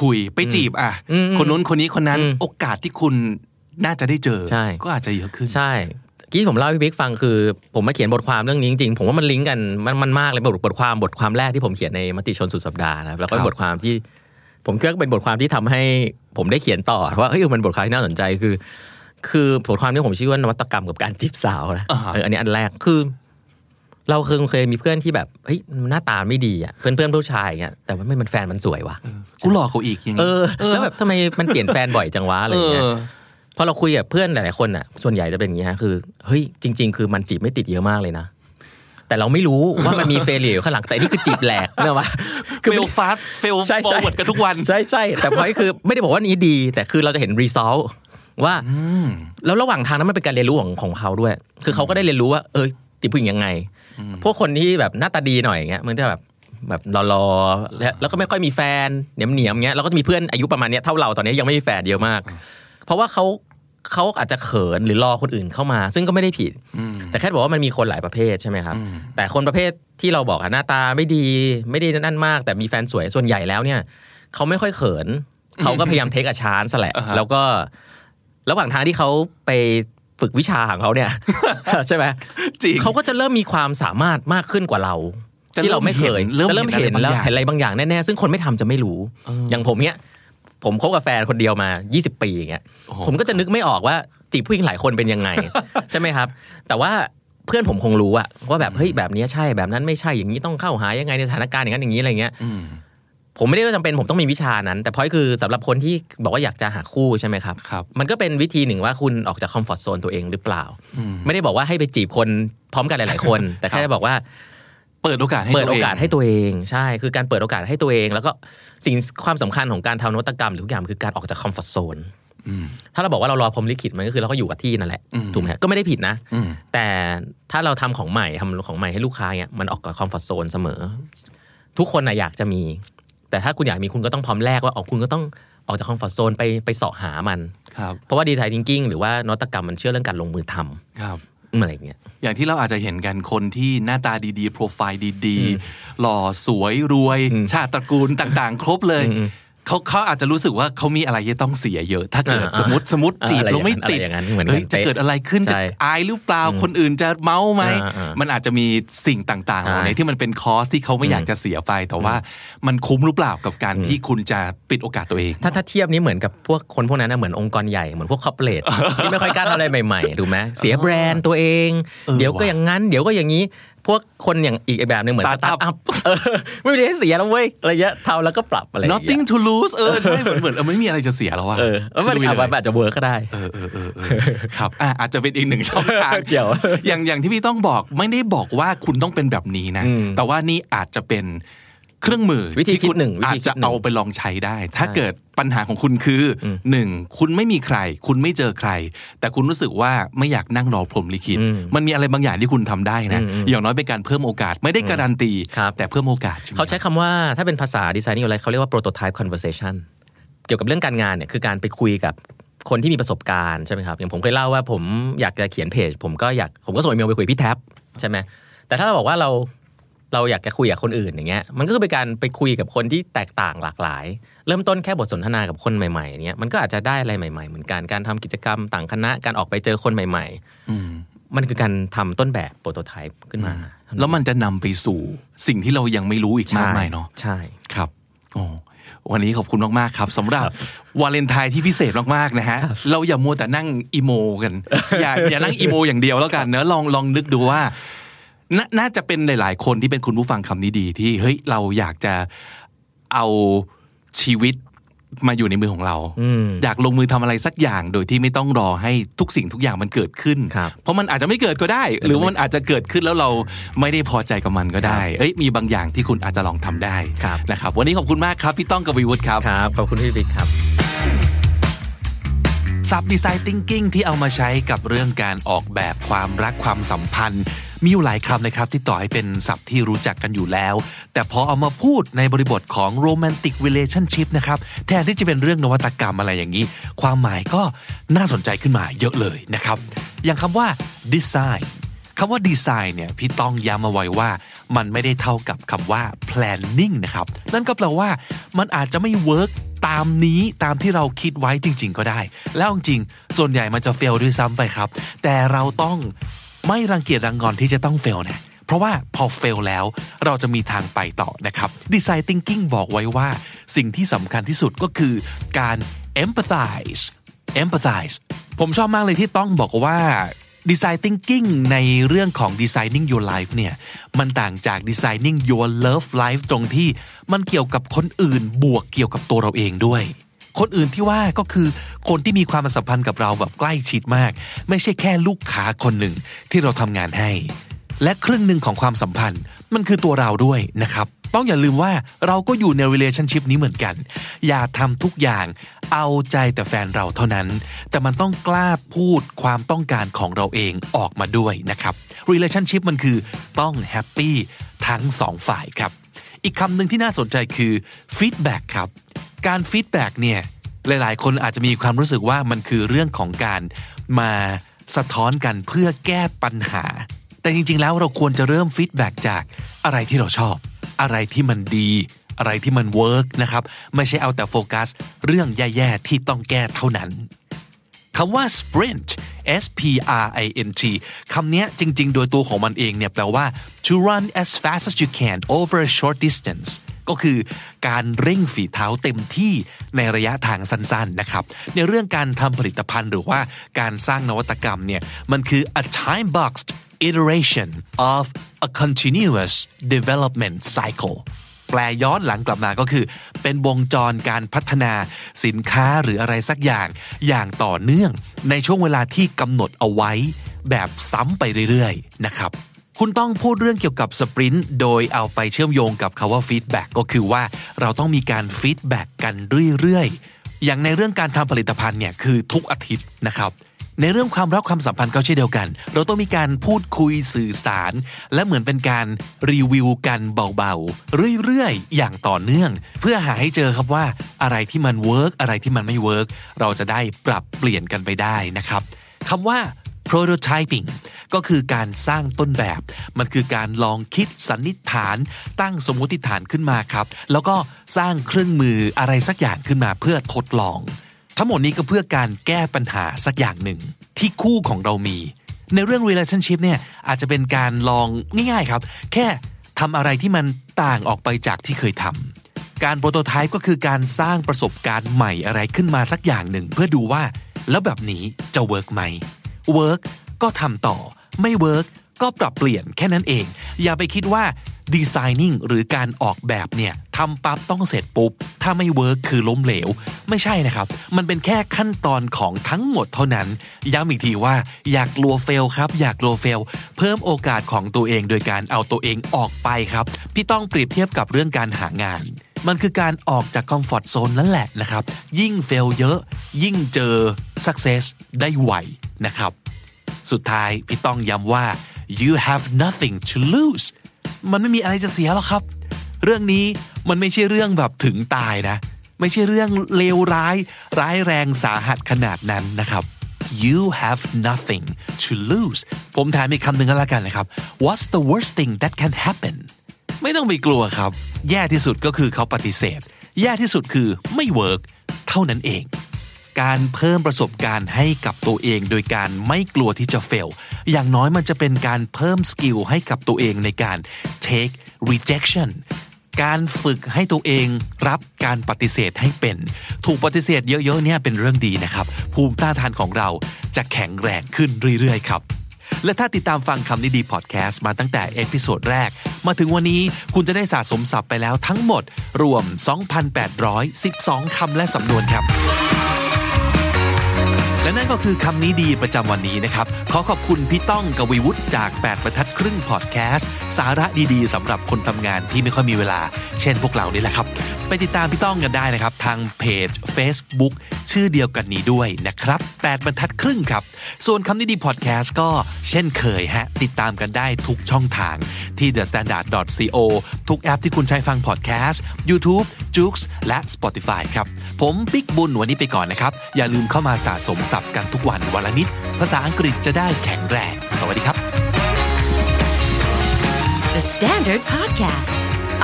คุยไปจีบอ่ะ
อืม
คนนู้นคนนี้คนนั้น
อืม
โอกาสที่คุณน่าจะได้เจอ
ใช่
ก็อาจจะเยอะขึ้น
ใช่ที่ผมเล่าให้พี่บิ๊กฟังคือ ผมมาเขียนบทความเรื่องนี้จริงๆ ผมว่ามันลิงก์กันมันมันมากเลยบทบทความบทความแรกที่ผมเขียนในมติชนสุดสัปดาห์นะครับแล้วก็
ครับ
บทความที่ ผมคิดว่าเป็นบทความที่ทำให้ผมได้เขียนต่อว่าเฮ้ยมันบทความที่น่าสนใจคือ คือบทความที่ผมชื่อว่านวัตกรรมกับการจีบสาวนะ
อ่าฮะ
เอออันนี้อันแรกคือ เราเคยเคยมีเพื่อนที่แบบเฮ้ยหน้าตาไม่ดีอ่ะเพื่อนเพื่อนผู้ชายอย่างเงี้ยแต่ว่าไม่มันแฟนมันสวยว่ะ
กูหลอกเขาอีกอย่าง
เอ
นี้
อแล้วแบบทำไมมันเปลี่ยนแฟนบ่อยจังวะอะไร
เอ
อย่างเงี้ย
อ
พอเราคุยกับเพื่อนหลายๆคนอ่ะ ส่วนใหญ่จะเป็นอย่างนี้ฮะคือ เฮ้ย จริง ๆ คือมันจีบไม่ติดเยอะมากเลยนะ แต่เราไม่รู้ว่ามันมีเฟลเหลวข้างหลัง แต่นี่คือจีบแหลกเนอะวะคือ
fail
ไม่
fast fail
ใช่ใช่
forward กันทุกวัน
ใช่ใช่แต่พอยคือไม่ได้บอกว่านี้ดี แต่คือเราจะเห็นรีซอลว่าแล้วระหว่างทางนั้นมันเป็นการเรียนรู้ของของเขาด้วย คือเขาก็ได้เรียนรู้ว่า เออจีบผู้หญิงยังไง พวกคนที่แบบหน้าตาดีหน่อยอย่างเงี้ยมันจะแบบแบบรอๆและแล้วก็ไม่ค่อยมีแฟนเหนียมๆเนียเงี้ยแล้วก็จะมีเพื่อนอายุประมาณเนี้ยเท่าเราตอนนี้ยังไม่มีแฟนเยอะมาก เพราะว่าเขาเขาอาจจะเขินหรือรอคนอื่นเข้ามา ซึ่งก็ไม่ได้ผิด แต่แค่บอกว่ามันมีคนหลายประเภทใช่ไหมครับ แต่คนประเภทที่เราบอกอะหน้าตาไม่ดีไม่ได้นั่นมาก แต่มีแฟนสวยส่วนใหญ่แล้วเนี่ย เขาไม่ค่อยเขิน เขาก็พยายามเทคอาชานสแหละ
อ่าฮะ
แล้วก็ ระหว่างทางที่เขาไปฝึกวิชาของเขาเนี่ย ใช่ไหม
จริง
เขาก็จะเริ่มมีความสามารถมากขึ้นกว่าเรา
จะ
ที่เราไม่เคย
เริ่มเห็น
จะเริ่มเห็นแล้ว
เห็น
เห็
อะ
นอะไรไร
บา
บางงอย่
อา
ย่าง งแน่ๆซึ่งคนไม่ทำจะไม่รู้ อย่างผมเนี้ยผมคบกับแฟนคนเดียวมา 20 ปีอย่างเงี้ยผมก็จะนึกไม่ออกว่าจีบผู้หญิงหลายคนเป็นยั งไง ใช่ไหมครับ แต่ว่าเพื่อนผมคงรู้อะว่าแบบเฮ้ยแบบเนี้ยใช่แบบนั้นไม่ใช่อย่างนี้ต้องเข้าหายังไงในสถานการณ์อย่างนั้นอย่างนี้อะไรเงี้ย
อืม
ผมไม่ได้ว่าจำเป็นผมต้องมีวิชานั้น แต่พอยคือสำหรับคนที่บอกว่าอยากจะหาคู่ใช่ไหมครับ
ครับ
มันก็เป็นวิธีหนึ่งว่าคุณออกจากคอมฟอร์ทโซนตัวเองหรือเปล่า
อืม
ไม่ได้บอกว่าให้ไปจีบคนพร้อมกันหลาย ๆ คน แต่แค่จะบอกว่า
เปิดโอกาสให้
เปิดโอกาส
ตัวง
ให้ตัวเองใช่ คือการเปิดโอกาสให้ตัวเอง แล้วก็สิ่งความสำคัญของการทำนวัตกรรมหรือทุกอย่างคือการออกจากคอมฟอร์ทโซน
อืม
ถ้าเราบอกว่าเรารอพรหมลิขิตมันก็คือเราก็อยู่กับที่นั่นแหละ
อืม
ถูกไหมฮะก็ไม่ได้ผิดนะ
อืม
แต่ถ้าเราทำของใหม่ทำของใหม่ให้ลูกค้าเนี่ยมันออกกับคอมฟอร์ทโซนเสมอ ทุกคนน่ะอยากจะมี แต่ถ้าคุณอยากมีคุณก็ต้องพร้อมแลกว่าออกคุณก็ต้องออกจากคอมฟอร์ทโซนไปไปเสาะหามัน
ครับ
เพราะว่าดีไซน์ทิงกิ้งหรือว่านวัตกรรมมันเชื่อเรื่องการลงมือทำ
ครับ
อืมอะไรอย่างเงี้ย
อย่างที่เราอาจจะเห็นกันคนที่หน้าตาดีๆ โปรไฟล์ดีๆ หล่อสวยรวย
อืม
ชาติตระกูลต่างๆ ครบเลย เขาเขาอาจจะรู้สึกว่าเขามีอะไรที่ต้องเสียเยอะ ถ้าเกิด
อ่า
สมมติสมมติ
อ่า
จีบ
อะไร
เราไม่ติด
อย่างนั้นอะไรอย่างนั้นเหมือนกัน
เฮ้ยจะเกิดอะไรขึ้น
ใช่
จะอายหรือเปล่าคนอื่นจะเมาไหม
อ่าอ่ามั
มันอาจจะมีสิ่งต่างๆเหล่านี้
ใช่
ที่มันเป็นคอสที่เขาไม่อยากจะเสียไป แต่ว่ามันคุ้มหรือเปล่ากับการ
อืม
ที่คุณจะปิดโอกาสตัวเอง
ถ้าถ้าเทียบนี่เหมือนกับพวกคนพวกนั้นนะเหมือนองค์กรใหญ่เหมือนพวกคอร์เปอเรท ที่ไม่ค่อยกล้าทำอะไรใหม่ๆถูกไหมเสียแบรนด์ตัวเอง
เออ
เดี๋ยวก็อย่างนั้น เดี๋ยวก็อย่างนี้ พวกคนอย่างอีกแบบหนึ่งเหมือนสตาร์
Startup
ทอัพไม่มีอะไรให้เสียแล้วเว้ยอะไรเงี้ยทำแล้วก็ปรับอะไรอย่างเงี้ย
nothing to lose เออใช่เหมือนเหมือนเออไม่มีอะไรจะเสียแล้วอะ
เออแล้วมัน
ลุย
อาจ
เลย
จะอาจจะเวิร์กก็ได้
เออเออเออเออครับอ่ะอาจจะเป็นอีกหนึ่งช่องทาง
เกี่ยว
อย่างอย่างที่พี่ต้องบอกไม่ได้บอกว่าคุณต้องเป็นแบบนี้นะ
อืม
แต่ว่านี่อาจจะเป็นเครื่องมือ
วิธี
ที่
คิด
คุณ
หนึ่งวิ
อา
ธี
จ
คิด
จะ
หนึ่ง
เอาไปลองใช้ได้ ถ้า
ใช่
เกิดปัญหาของคุณคืออ
ม
หนึ่งคุณไม่มีใคร คุณไม่เจอใคร แต่คุณรู้สึกว่าไม่อยากนั่งรอพรหมลิขิต
อืม
มันมีอะไรบางอย่างที่คุณทำได้นะ
อืมอืม
อย่างน้อยเป็นการเพิ่มโอกาสไม่ได้การันตี
ครับ
แต่เพิ่มโอกาสช่ไหม
เขาใช้คำว่าถ้าเป็นภาษาดีไซน์นิวไลท์เขาเรียกว่า prototype conversation เกี่ยวกับเรื่องการงานเนี่ยคือการไปคุยกับคนที่มีประสบการณ์ใช่ไหมครับ อย่างผมเคยเล่าว่าผมอยากจะเขียนเพจ ผมก็อยากผมก็ส่งอีเมลไปคุยกับพี่แท็บใช่ไหมแต่ถ้าเราบอกว่าเรา เราอยากจะคุยกับคนอื่นอย่างเงี้ยมันก็คือเป็นการไปคุยกับคนที่แตกต่างหลากหลาย เริ่มต้นแค่บทสนทนากับคนใหม่ๆอย่างเงี้ยมันก็อาจจะได้อะไรใหม่ๆ เหมือนกันการทำกิจกรรมต่างคณะการออกไปเจอคนใหม่
อืม
ๆ มันคือการทำต้นแบบโปรโตไทป์ขึ้นมา
แล้วมันจะนำไปสู่สิ่งที่เรายังไม่รู้อีกมากมายเนาะ
ใช่
ครับโอ้วันนี้ขอบคุณมาก ๆ ครับสำหรับวาเลนไทน์ที่พิเศษมาก ๆ นะฮะ เราอย่ามัวแต่นั่งอีโมกัน อย่าอย่านั่งอีโมอย่างเดียวแล้วกันเนอะลองลองนึกดูว่านาน่าจะเป็นหลาย ๆ คนที่เป็นคุณผู้ฟังคำนี้ดีที่เฮ้ยเราอยากจะเอาชีวิตมาอยู่ในมือของเรา
อืม
อยากลงมือทำอะไรสักอย่างโดยที่ไม่ต้องรอให้ทุกสิ่งทุกอย่างมันเกิดขึ้น
ครับ
เพราะมันอาจจะไม่เกิดก็ได้ หรือว่ามันอาจจะเกิดขึ้นแล้วเราไม่ได้พอใจกับมันก็ได้ เอ้ยมีบางอย่างที่คุณอาจจะลองทำได้
ครับ
นะครับ วันนี้ขอบคุณมากครับ พี่ต้องกวีวุฒิครับ
ครับขอบคุณพี่บิ๊กครับ
ซับดีไซน์ทิงกิ้งที่เอามาใช้กับเรื่องการออกแบบความรักความสัมพันธ์ มีอยู่หลายคำเลยครับที่ต่อให้เป็นศัพท์ที่รู้จักกันอยู่แล้ว แต่พอเอามาพูดในบริบทของ romantic relationship นะครับ แทนที่จะเป็นเรื่องนวัตกรรมอะไรอย่างนี้ ความหมายก็น่าสนใจขึ้นมาเยอะเลยนะครับ อย่างคำว่า design คำว่าดีไซน์เนี่ยพี่ต้องย้ำมาไว้ว่า มันไม่ได้เท่ากับคำว่า planning นะครับ นั่นก็แปลว่า มันอาจจะไม่เวิร์กตามนี้ตามที่เราคิดไว้จริง ๆ ก็ได้ แล้วจริงๆส่วนใหญ่มันจะเฟลด้วยซ้ำไปครับ แต่เราต้องไม่รังเกียจรังงอนที่จะต้องเฟลนะเพราะว่าพอเฟลแล้วเราจะมีทางไปต่อนะครับดีไซน์ thinking บอกไว้ว่า สิ่งที่สำคัญที่สุดก็คือการ empathize empathize ผมชอบมากเลยที่ต้องบอกว่า Design Thinking ในเรื่องของ Designing Your Life เนี่ย มันต่างจาก Designing Your Love Life ตรงที่มันเกี่ยวกับคนอื่นบวกเกี่ยวกับตัวเราเองด้วย คนอื่นที่ว่าก็คือคนที่มีความสัมพันธ์กับเราแบบใกล้ชิดมาก ไม่ใช่แค่ลูกค้าคนหนึ่งที่เราทำงานให้ และครึ่งหนึ่งของความสัมพันธ์มันคือตัวเราด้วยนะครับ ต้องอย่าลืมว่าเราก็อยู่ใน relationship นี้เหมือนกัน อย่าทำทุกอย่างเอาใจแต่แฟนเราเท่านั้น แต่มันต้องกล้าพูดความต้องการของเราเองออกมาด้วยนะครับ relationship มันคือต้องแฮปปี้ทั้งสองฝ่ายครับ อีกคำหนึ่งที่น่าสนใจคือ feedback ครับ การ feedback เนี่ย หลายๆ คนอาจจะมีความรู้สึกว่ามันคือเรื่องของการมาสะท้อนกันเพื่อแก้ปัญหา แต่จริง ๆ แล้วเราควรจะเริ่มฟีดแบ็จากอะไรที่เราชอบ อะไรที่มันดี อะไรที่มันเวิร์กนะครับ ไม่ใช่เอาแต่โฟกัส เรื่องแย่ ๆ ที่ต้องแก้เท่านั้น คำว่า sprint S P R I N T คำเนี้ยจริง ๆ โดยตัวของมันเองเนี่ยแปลว่า to run as fast as you can over a short distance ก็คือการเร่งฝีเท้าเต็มที่ในระยะทางสั้น ๆ นะครับ ในเรื่องการทำผลิตภัณฑ์หรือว่าการสร้างนวัตกรรมเนี่ย มันคือ a time boxed iteration of a continuous development cycle แปลย้อนหลังกลับมาก็คือ เป็นวงจรการพัฒนาสินค้าหรืออะไรสักอย่าง อย่างต่อเนื่อง ในช่วงเวลาที่กำหนดเอาไว้ แบบซ้ำไปเรื่อยๆนะครับ คุณต้องพูดเรื่องเกี่ยวกับสปรินต์โดยเอาไปเชื่อมโยงกับคาว่าฟีดแบ็กก็คือว่าเราต้องมีการฟีดแบ็กกันเรื่อยๆ อย่างในเรื่องการทำผลิตภัณฑ์เนี่ยคือทุกอาทิตย์นะครับ ในเรื่องความรักความสัมพันธ์ก็เช่นเดียวกัน เราต้องมีการพูดคุยสื่อสาร และเหมือนเป็นการรีวิวกันเบาๆ เรื่อยๆ อย่างต่อเนื่อง เพื่อหาให้เจอครับว่าอะไรที่มันเวิร์กอะไรที่มันไม่เวิร์กเราจะได้ปรับเปลี่ยนกันไปได้นะครับคำว่า prototyping ก็คือการสร้างต้นแบบ มันคือการลองคิดสันนิษฐาน ตั้งสมมุติฐานขึ้นมาครับ แล้วก็สร้างเครื่องมืออะไรสักอย่างขึ้นมาเพื่อทดลอง ทั้งหมดนี้ก็เพื่อการแก้ปัญหาสักอย่างหนึ่ง ที่คู่ของเรามี ในเรื่อง relationship เนี่ยอาจจะเป็นการลองง่ายๆครับ แค่ทำอะไรที่มันต่างออกไปจากที่เคยทำการโปรโตไทป์ก็คือการสร้างประสบการณ์ใหม่อะไรขึ้นมาสักอย่างหนึ่ง เพื่อดูว่าแล้วแบบนี้จะเวิร์กไหม เวิร์กก็ทำต่อ ไม่เวิร์กก็ปรับเปลี่ยนแค่นั้นเอง อย่าไปคิดว่าดีไซนิ่งหรือการออกแบบเนี่ยทำปั๊บต้องเสร็จปุ๊บ ถ้าไม่เวิร์กคือล้มเหลว ไม่ใช่นะครับ มันเป็นแค่ขั้นตอนของทั้งหมดเท่านั้น ย้ำอีกทีว่าอยากกลัวเฟลครับ อยากกลัวเฟล เพิ่มโอกาสของตัวเองโดยการเอาตัวเองออกไปครับ พี่ต้องเปรียบเทียบกับเรื่องการหางาน มันคือการออกจากคอมฟอร์ตโซนนั่นแหละนะครับ ยิ่งเฟลเยอะ ยิ่งเจอ success ได้ไวนะครับ สุดท้ายพี่ต้องย้ำว่า you have nothing to lose มันไม่มีอะไรจะเสียหรอกครับ เรื่องนี้มันไม่ใช่เรื่องแบบถึงตายนะ ไม่ใช่เรื่องเลวร้าย ร้ายแรงสาหัสขนาดนั้นนะครับ you have nothing to lose ผมถามอีกคำหนึ่งก็แล้วกันนะครับ what's the worst thing that can happen
ไม่ต้องไปกลัวครับ แย่ที่สุดก็คือเขาปฏิเสธ แย่ที่สุดคือไม่เวิร์กเท่านั้นเอง การเพิ่มประสบการณ์ให้กับตัวเอง โดยการไม่กลัวที่จะเฟล อย่างน้อยมันจะเป็นการเพิ่มสกิลให้กับตัวเองในการ take rejection การฝึกให้ตัวเองรับการปฏิเสธให้เป็น ถูกปฏิเสธเยอะๆเนี่ยเป็นเรื่องดีนะครับ ภูมิต้านทานของเราจะแข็งแรงขึ้นเรื่อยๆครับ และถ้าติดตามฟังคำนี้ดีพอดแคสต์มาตั้งแต่เอพิโซดแรก มาถึงวันนี้คุณจะได้สะสมศัพท์ไปแล้วทั้งหมด รวม 2,812 คำและสำนวนครับ และนั่นก็คือคำนี้ดีประจำวันนี้นะครับ ขอขอบคุณพี่ต้องกวีวุฒิจาก 8 ประทัดครึ่งพอดแคสต์ สาระดีๆสำหรับคนทำงานที่ไม่ค่อยมีเวลา เช่นพวกเรานี่แหละครับ ไปติดตามพี่ต้องกันได้นะครับ ทางเพจ Facebook ชื่อเดียวกันนี้ด้วยนะครับ 8 บรรทัดครึ่งครับ ส่วนคำนี้ดีพอดแคสต์ก็เช่นเคยฮะ ติดตามกันได้ทุกช่องทางที่ The Standard co ทุกแอปที่คุณใช้ฟังพอดแคสต์ YouTube j o o x และ Spotify ครับ ผมปิ๊กบุญวันนี้ไปก่อนนะครับ อย่าลืมเข้ามาสะสมศัพท์กันทุกวันวันละนิด ภาษาอังกฤษจะได้แข็งแรง สวัสดีครับ
The Standard Podcast,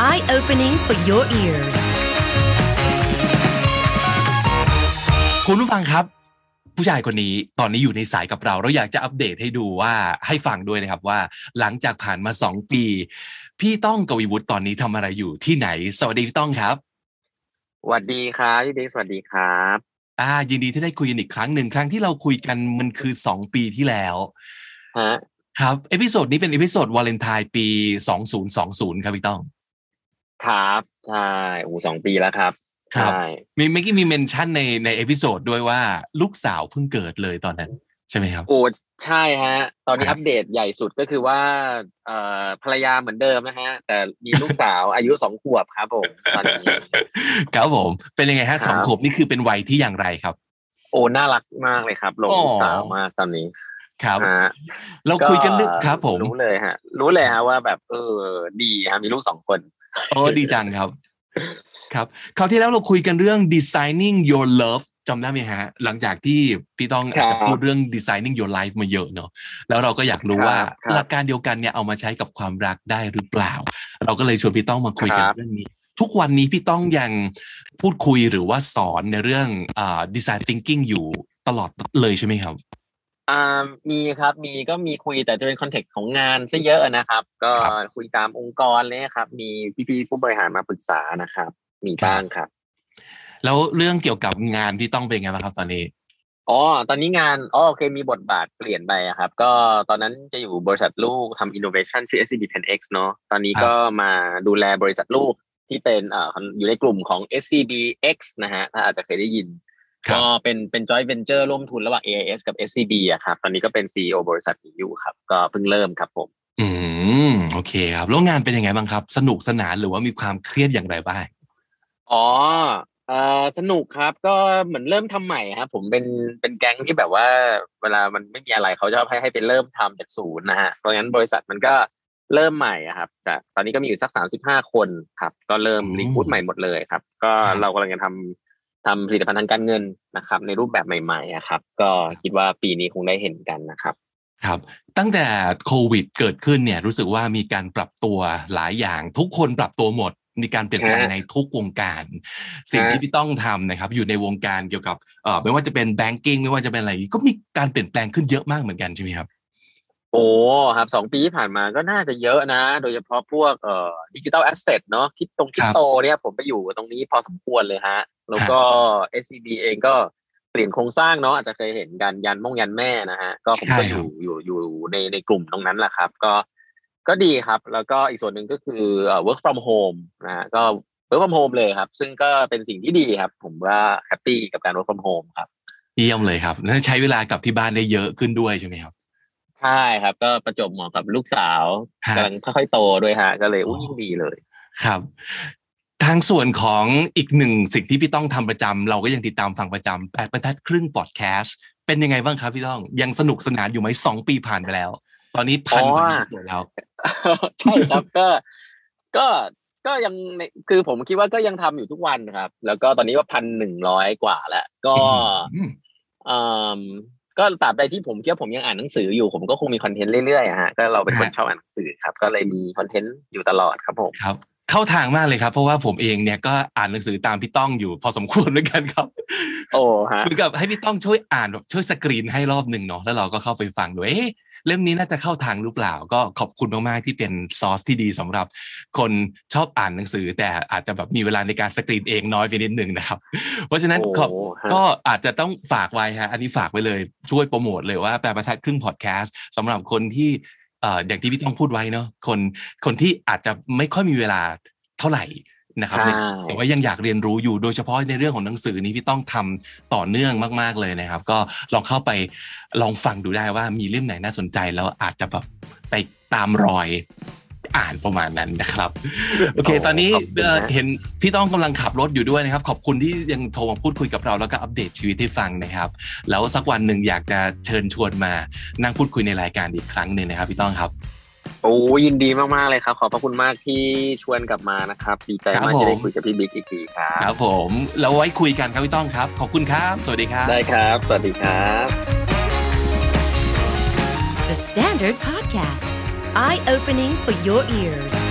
eye opening for your ears.
คุณผู้ฟังครับ ผู้ชายคนนี้ตอนนี้อยู่ในสายกับเรา เราอยากจะอัปเดตให้ดูว่าให้ฟังด้วยนะครับว่า หลังจากผ่านมาสองปี พี่ต้องกวีวุฒิตอนนี้ทำอะไรอยู่ที่ไหน สวัสดีพี่ต้องครับ
สวัสดีครับพี่บิ๊กสวัสดีครับ
อ่า ยินดีที่ได้คุยกันอีกครั้งหนึ่งครั้งที่เราคุยกันมันคือสองปีที่แล้ว
ฮะ
ครับเอพิโซดนี้เป็นเอพิโซดวาเลนไทน์ปี2020ครับพี่ต้อง
ครับใช่อูสองปีแล้วครับ
ครับ
ใช่
มีเมื่อกี้มีเมนชั่นในในเอพิโซดด้วยว่าลูกสาวเพิ่งเกิดเลยตอนนั้น ใช่ไหม ครับ
โอ้ใช่ฮะ ตอนนี้
ครับ
อัปเดตใหญ่สุดก็คือว่าเอ่อภรรยาเหมือนเดิมนะฮะ แต่มีลูกสาว อายุสองขวบครับผมตอนนี้
ครับผมเป็นยังไง
ครั
ฮะ
บ
สองขวบนี่คือเป็นวัยที่อย่างไรครับ
โอ้น่ารักมากเลยครับหลง
อ๋อ
ลูกสาวมากตอนนี้
ครับ
ฮะ
เราคุยกันเรื่องครับผม
รู้เลยฮะ รู้เลยฮะว่าแบบเออดีฮะมีลูกสองคน
โอ้ดีจังครับ ครับคราวที่แล้วเราคุยกันเรื่อง designing your love จำได้ไหมฮะ หลังจากที่พี่ต้อง
ครั
อาจ
บ
จะพูดเรื่อง designing your life มาเยอะเนอะแล้วเราก็อยากรู้ว่า
ครับครับ
หลักการเดียวกันเนี่ยเอามาใช้กับความรักได้หรือเปล่า เราก็เลยชวนพี่ต้องมาคุยกัน
ครับ
เรื่องนี้ ทุกวันนี้พี่ต้องยังพูดคุยหรือว่าสอนในเรื่องอ่า design thinking อยู่ตลอดเลยใช่ไหมครับ
อ่ามีครับมีก็มีคุยแต่จะเป็นคอนเทกต์ของงานซะเยอะนะครับ ก็คุยตามองค์กรเลยครับ มีพี่ๆผู้บริหารมาปรึกษานะครับ มีบ้างครับ
แล้วเรื่องเกี่ยวกับงานพี่ต้องเป็นไงบ้างครับตอนนี้
อ๋อตอนนี้งานอ๋อโอเคมีบทบาทเปลี่ยนไปอะครับ ก็ตอนนั้นจะอยู่บริษัทลูกทำ innovation ชื่อ SCB 10X เนอะตอนนี้ก็มาดูแลบริษัทลูกที่เป็นเอ่ออยู่ในกลุ่มของ SCBX นะฮะถ้าอาจจะเคยได้ยิน
ครับ
ก็เป็นเป็น joint venture ร่วมทุนระหว่าง AIS กับ SCB อะครับ ตอนนี้ก็เป็น CEO บริษัทนี้อยู่ครับ ก็เพิ่งเริ่มครับผม
อืมโอเคครับแล้วงานเป็นยังไงบ้างครับ สนุกสนานหรือว่ามีความเครียดอย่างไรบ้าง
อ๋อเออสนุกครับก็เหมือนเริ่มทำใหม่ครับผมเป็นเป็นแก๊งที่แบบว่า เวลามันไม่มีอะไรเขาชอบให้ให้ไปเริ่มทำจากศูนย์นะฮะเพราะงั้นบริษัทมันก็เริ่มใหม่อะครับแต่ตอนนี้ก็มีอยู่สักสามสิบห้าคนครับ ก็เริ่ม
อืม
รีคูดใหม่หมดเลยครับ ก็
ครับ
เรากำลังจะทำทำผลิตภัณฑ์ทางการเงินนะครับ ในรูปแบบใหม่ๆอะครับ ก็คิดว่าปีนี้คงได้เห็นกันนะครับ
ครับ ตั้งแต่โควิดเกิดขึ้นเนี่ยรู้สึกว่ามีการปรับตัวหลายอย่าง ทุกคนปรับตัวหมด มีการเปลี่ยนแปลง
ฮะ
ในทุกวงการ สิ่งที่
ฮะ
พี่ต้องทำนะครับ อยู่ในวงการเกี่ยวกับเอ่อไม่ว่าจะเป็นแบงกิ้งไม่ว่าจะเป็นอะไรก็มีการเปลี่ยนแปลงขึ้นเยอะมากเหมือนกันใช่ไหมครับ
โอ้ครับสองปีที่ผ่านมาก็น่าจะเยอะนะ โดยเฉพาะพวกเอ่อดิจิตอลแอสเซทเนาะคริปตรงคริปโตเนี่ยผมไปอยู่ตรงนี้พอสมควรเลยฮะ แล้วก็ SCB เองก็เปลี่ยนโครงสร้างเนาะอาจจะเคยเห็นกันยันม่งยันแม่นะฮะ ก็ผมก็
ใช่
อ
ครับ
ยู่อยู่อยู่ในในกลุ่มตรงนั้นแหละครับ ก็ก็ดีครับ แล้วก็อีกส่วนหนึ่งก็คือเอ่อ work from home นะฮะก็ work from home เลยครับ ซึ่งก็เป็นสิ่งที่ดีครับ ผมว่าแฮปปี้กับการ work from home ครับ
เยี่ยมเลยครับแล้วใช้เวลากับที่บ้านได้เยอะขึ้นด้วยใช่ไหมครับ
ใช่ครับ ก็ประจวบเหมาะกับลูกสาว
ฮะ
กำลังค่อยๆโตด้วยฮะ ก็เลยอุ้ย
อ๋อ
ยิ่งดีเลย
ครับ ทางส่วนของอีกหนึ่งสิ่งที่พี่ต้องทำประจำเราก็ยังติดตามฟังประจำแปดบรรทัดครึ่งพอดแคสต์เป็นยังไงบ้างครับพี่ต้องยังสนุกสนานอยู่ไหมสองปีผ่านไปแล้ว ตอนนี้พัน
อ๋อ
กว่าเอพิโซดแล้ว
ใช่ครับก็ก็ก็ยังในคือผมคิดว่าก็ยังทำอยู่ทุกวันครับ แล้วก็ตอนนี้ก็พันหนึ่งร้อยกว่าแล้ว ก็
อืม
เอิ่ม ก็ตราบใดที่ผมคิดว่าผมยังอ่านหนังสืออยู่ผมก็คงมีคอนเทนต์เรื่อยๆอะฮะก็เราเป็นคนชอบอ่านหนังสือครับ ก็เลยมีคอนเทนต์อยู่ตลอดครับผม
ครับ เข้าทางมากเลยครับ เพราะว่าผมเองเนี่ยก็อ่านหนังสือตามพี่ต้องอยู่พอสมควรเหมือนกันครับ
โอ้ฮะ
เหมือนกับให้พี่ต้องช่วยอ่านแบบช่วยสกรีนให้รอบหนึ่งเนาะแล้วเราก็เข้าไปฟังดูเอ๊ะเล่มนี้น่าจะเข้าทางหรือเปล่า ก็ขอบคุณมากๆที่เป็นซอสที่ดีสำหรับ คนชอบอ่านหนังสือ แต่อาจจะแบบมีเวลาในการสกรีนเองน้อยไปนิดนึงนะครับ เพราะฉะนั้น
โอ้
ขอบ
ฮะ
ก็อาจจะต้องฝากไว้ฮะอันนี้ฝากไว้เลยช่วยโปรโมทเลยว่าแปลประทัดครึ่งพอดแคสต์สำหรับคนที่เอ่ออย่างที่พี่ต้องพูดไว้เนาะคนคนที่อาจจะไม่ค่อยมีเวลาเท่าไหร่นะครับ
ใช่
ใน แต่ว่ายังอยากเรียนรู้อยู่โดยเฉพาะในเรื่องของหนังสือนี้พี่ต้องทำต่อเนื่องมากๆเลยนะครับ ก็ลองเข้าไปลองฟังดูได้ว่ามีเล่มไหนน่าสนใจแล้วอาจจะแบบไปตามรอยอ่านประมาณนั้นนะครับ โอเค ตอนนี้
ขอบคุณนะ
เอ่อเห็นพี่ต้องกำลังขับรถอยู่ด้วยนะครับ ขอบคุณที่ยังโทรมาพูดคุยกับเราแล้วก็อัปเดตชีวิตให้ฟังนะครับ แล้วสักวันหนึ่งอยากจะเชิญชวนมานั่งพูดคุยในรายการอีกครั้งหนึ่งนะครับพี่ต้องครับ
โอ้ยินดีมากๆเลยครับ ขอบพระคุณมากที่ชวนกลับมานะครับดีใจ
ครั
มาก
บผม
ที่ได้คุยกับพี่บิ๊กอีกทีครั
ค
บ
รับผมแล้วไว้คุยกันครับพี่ต้องครับ ขอบคุณครับ สวัสดีครับ
ได้ครับ สวัสดีครับ
The Standard Podcast, eye opening for your ears.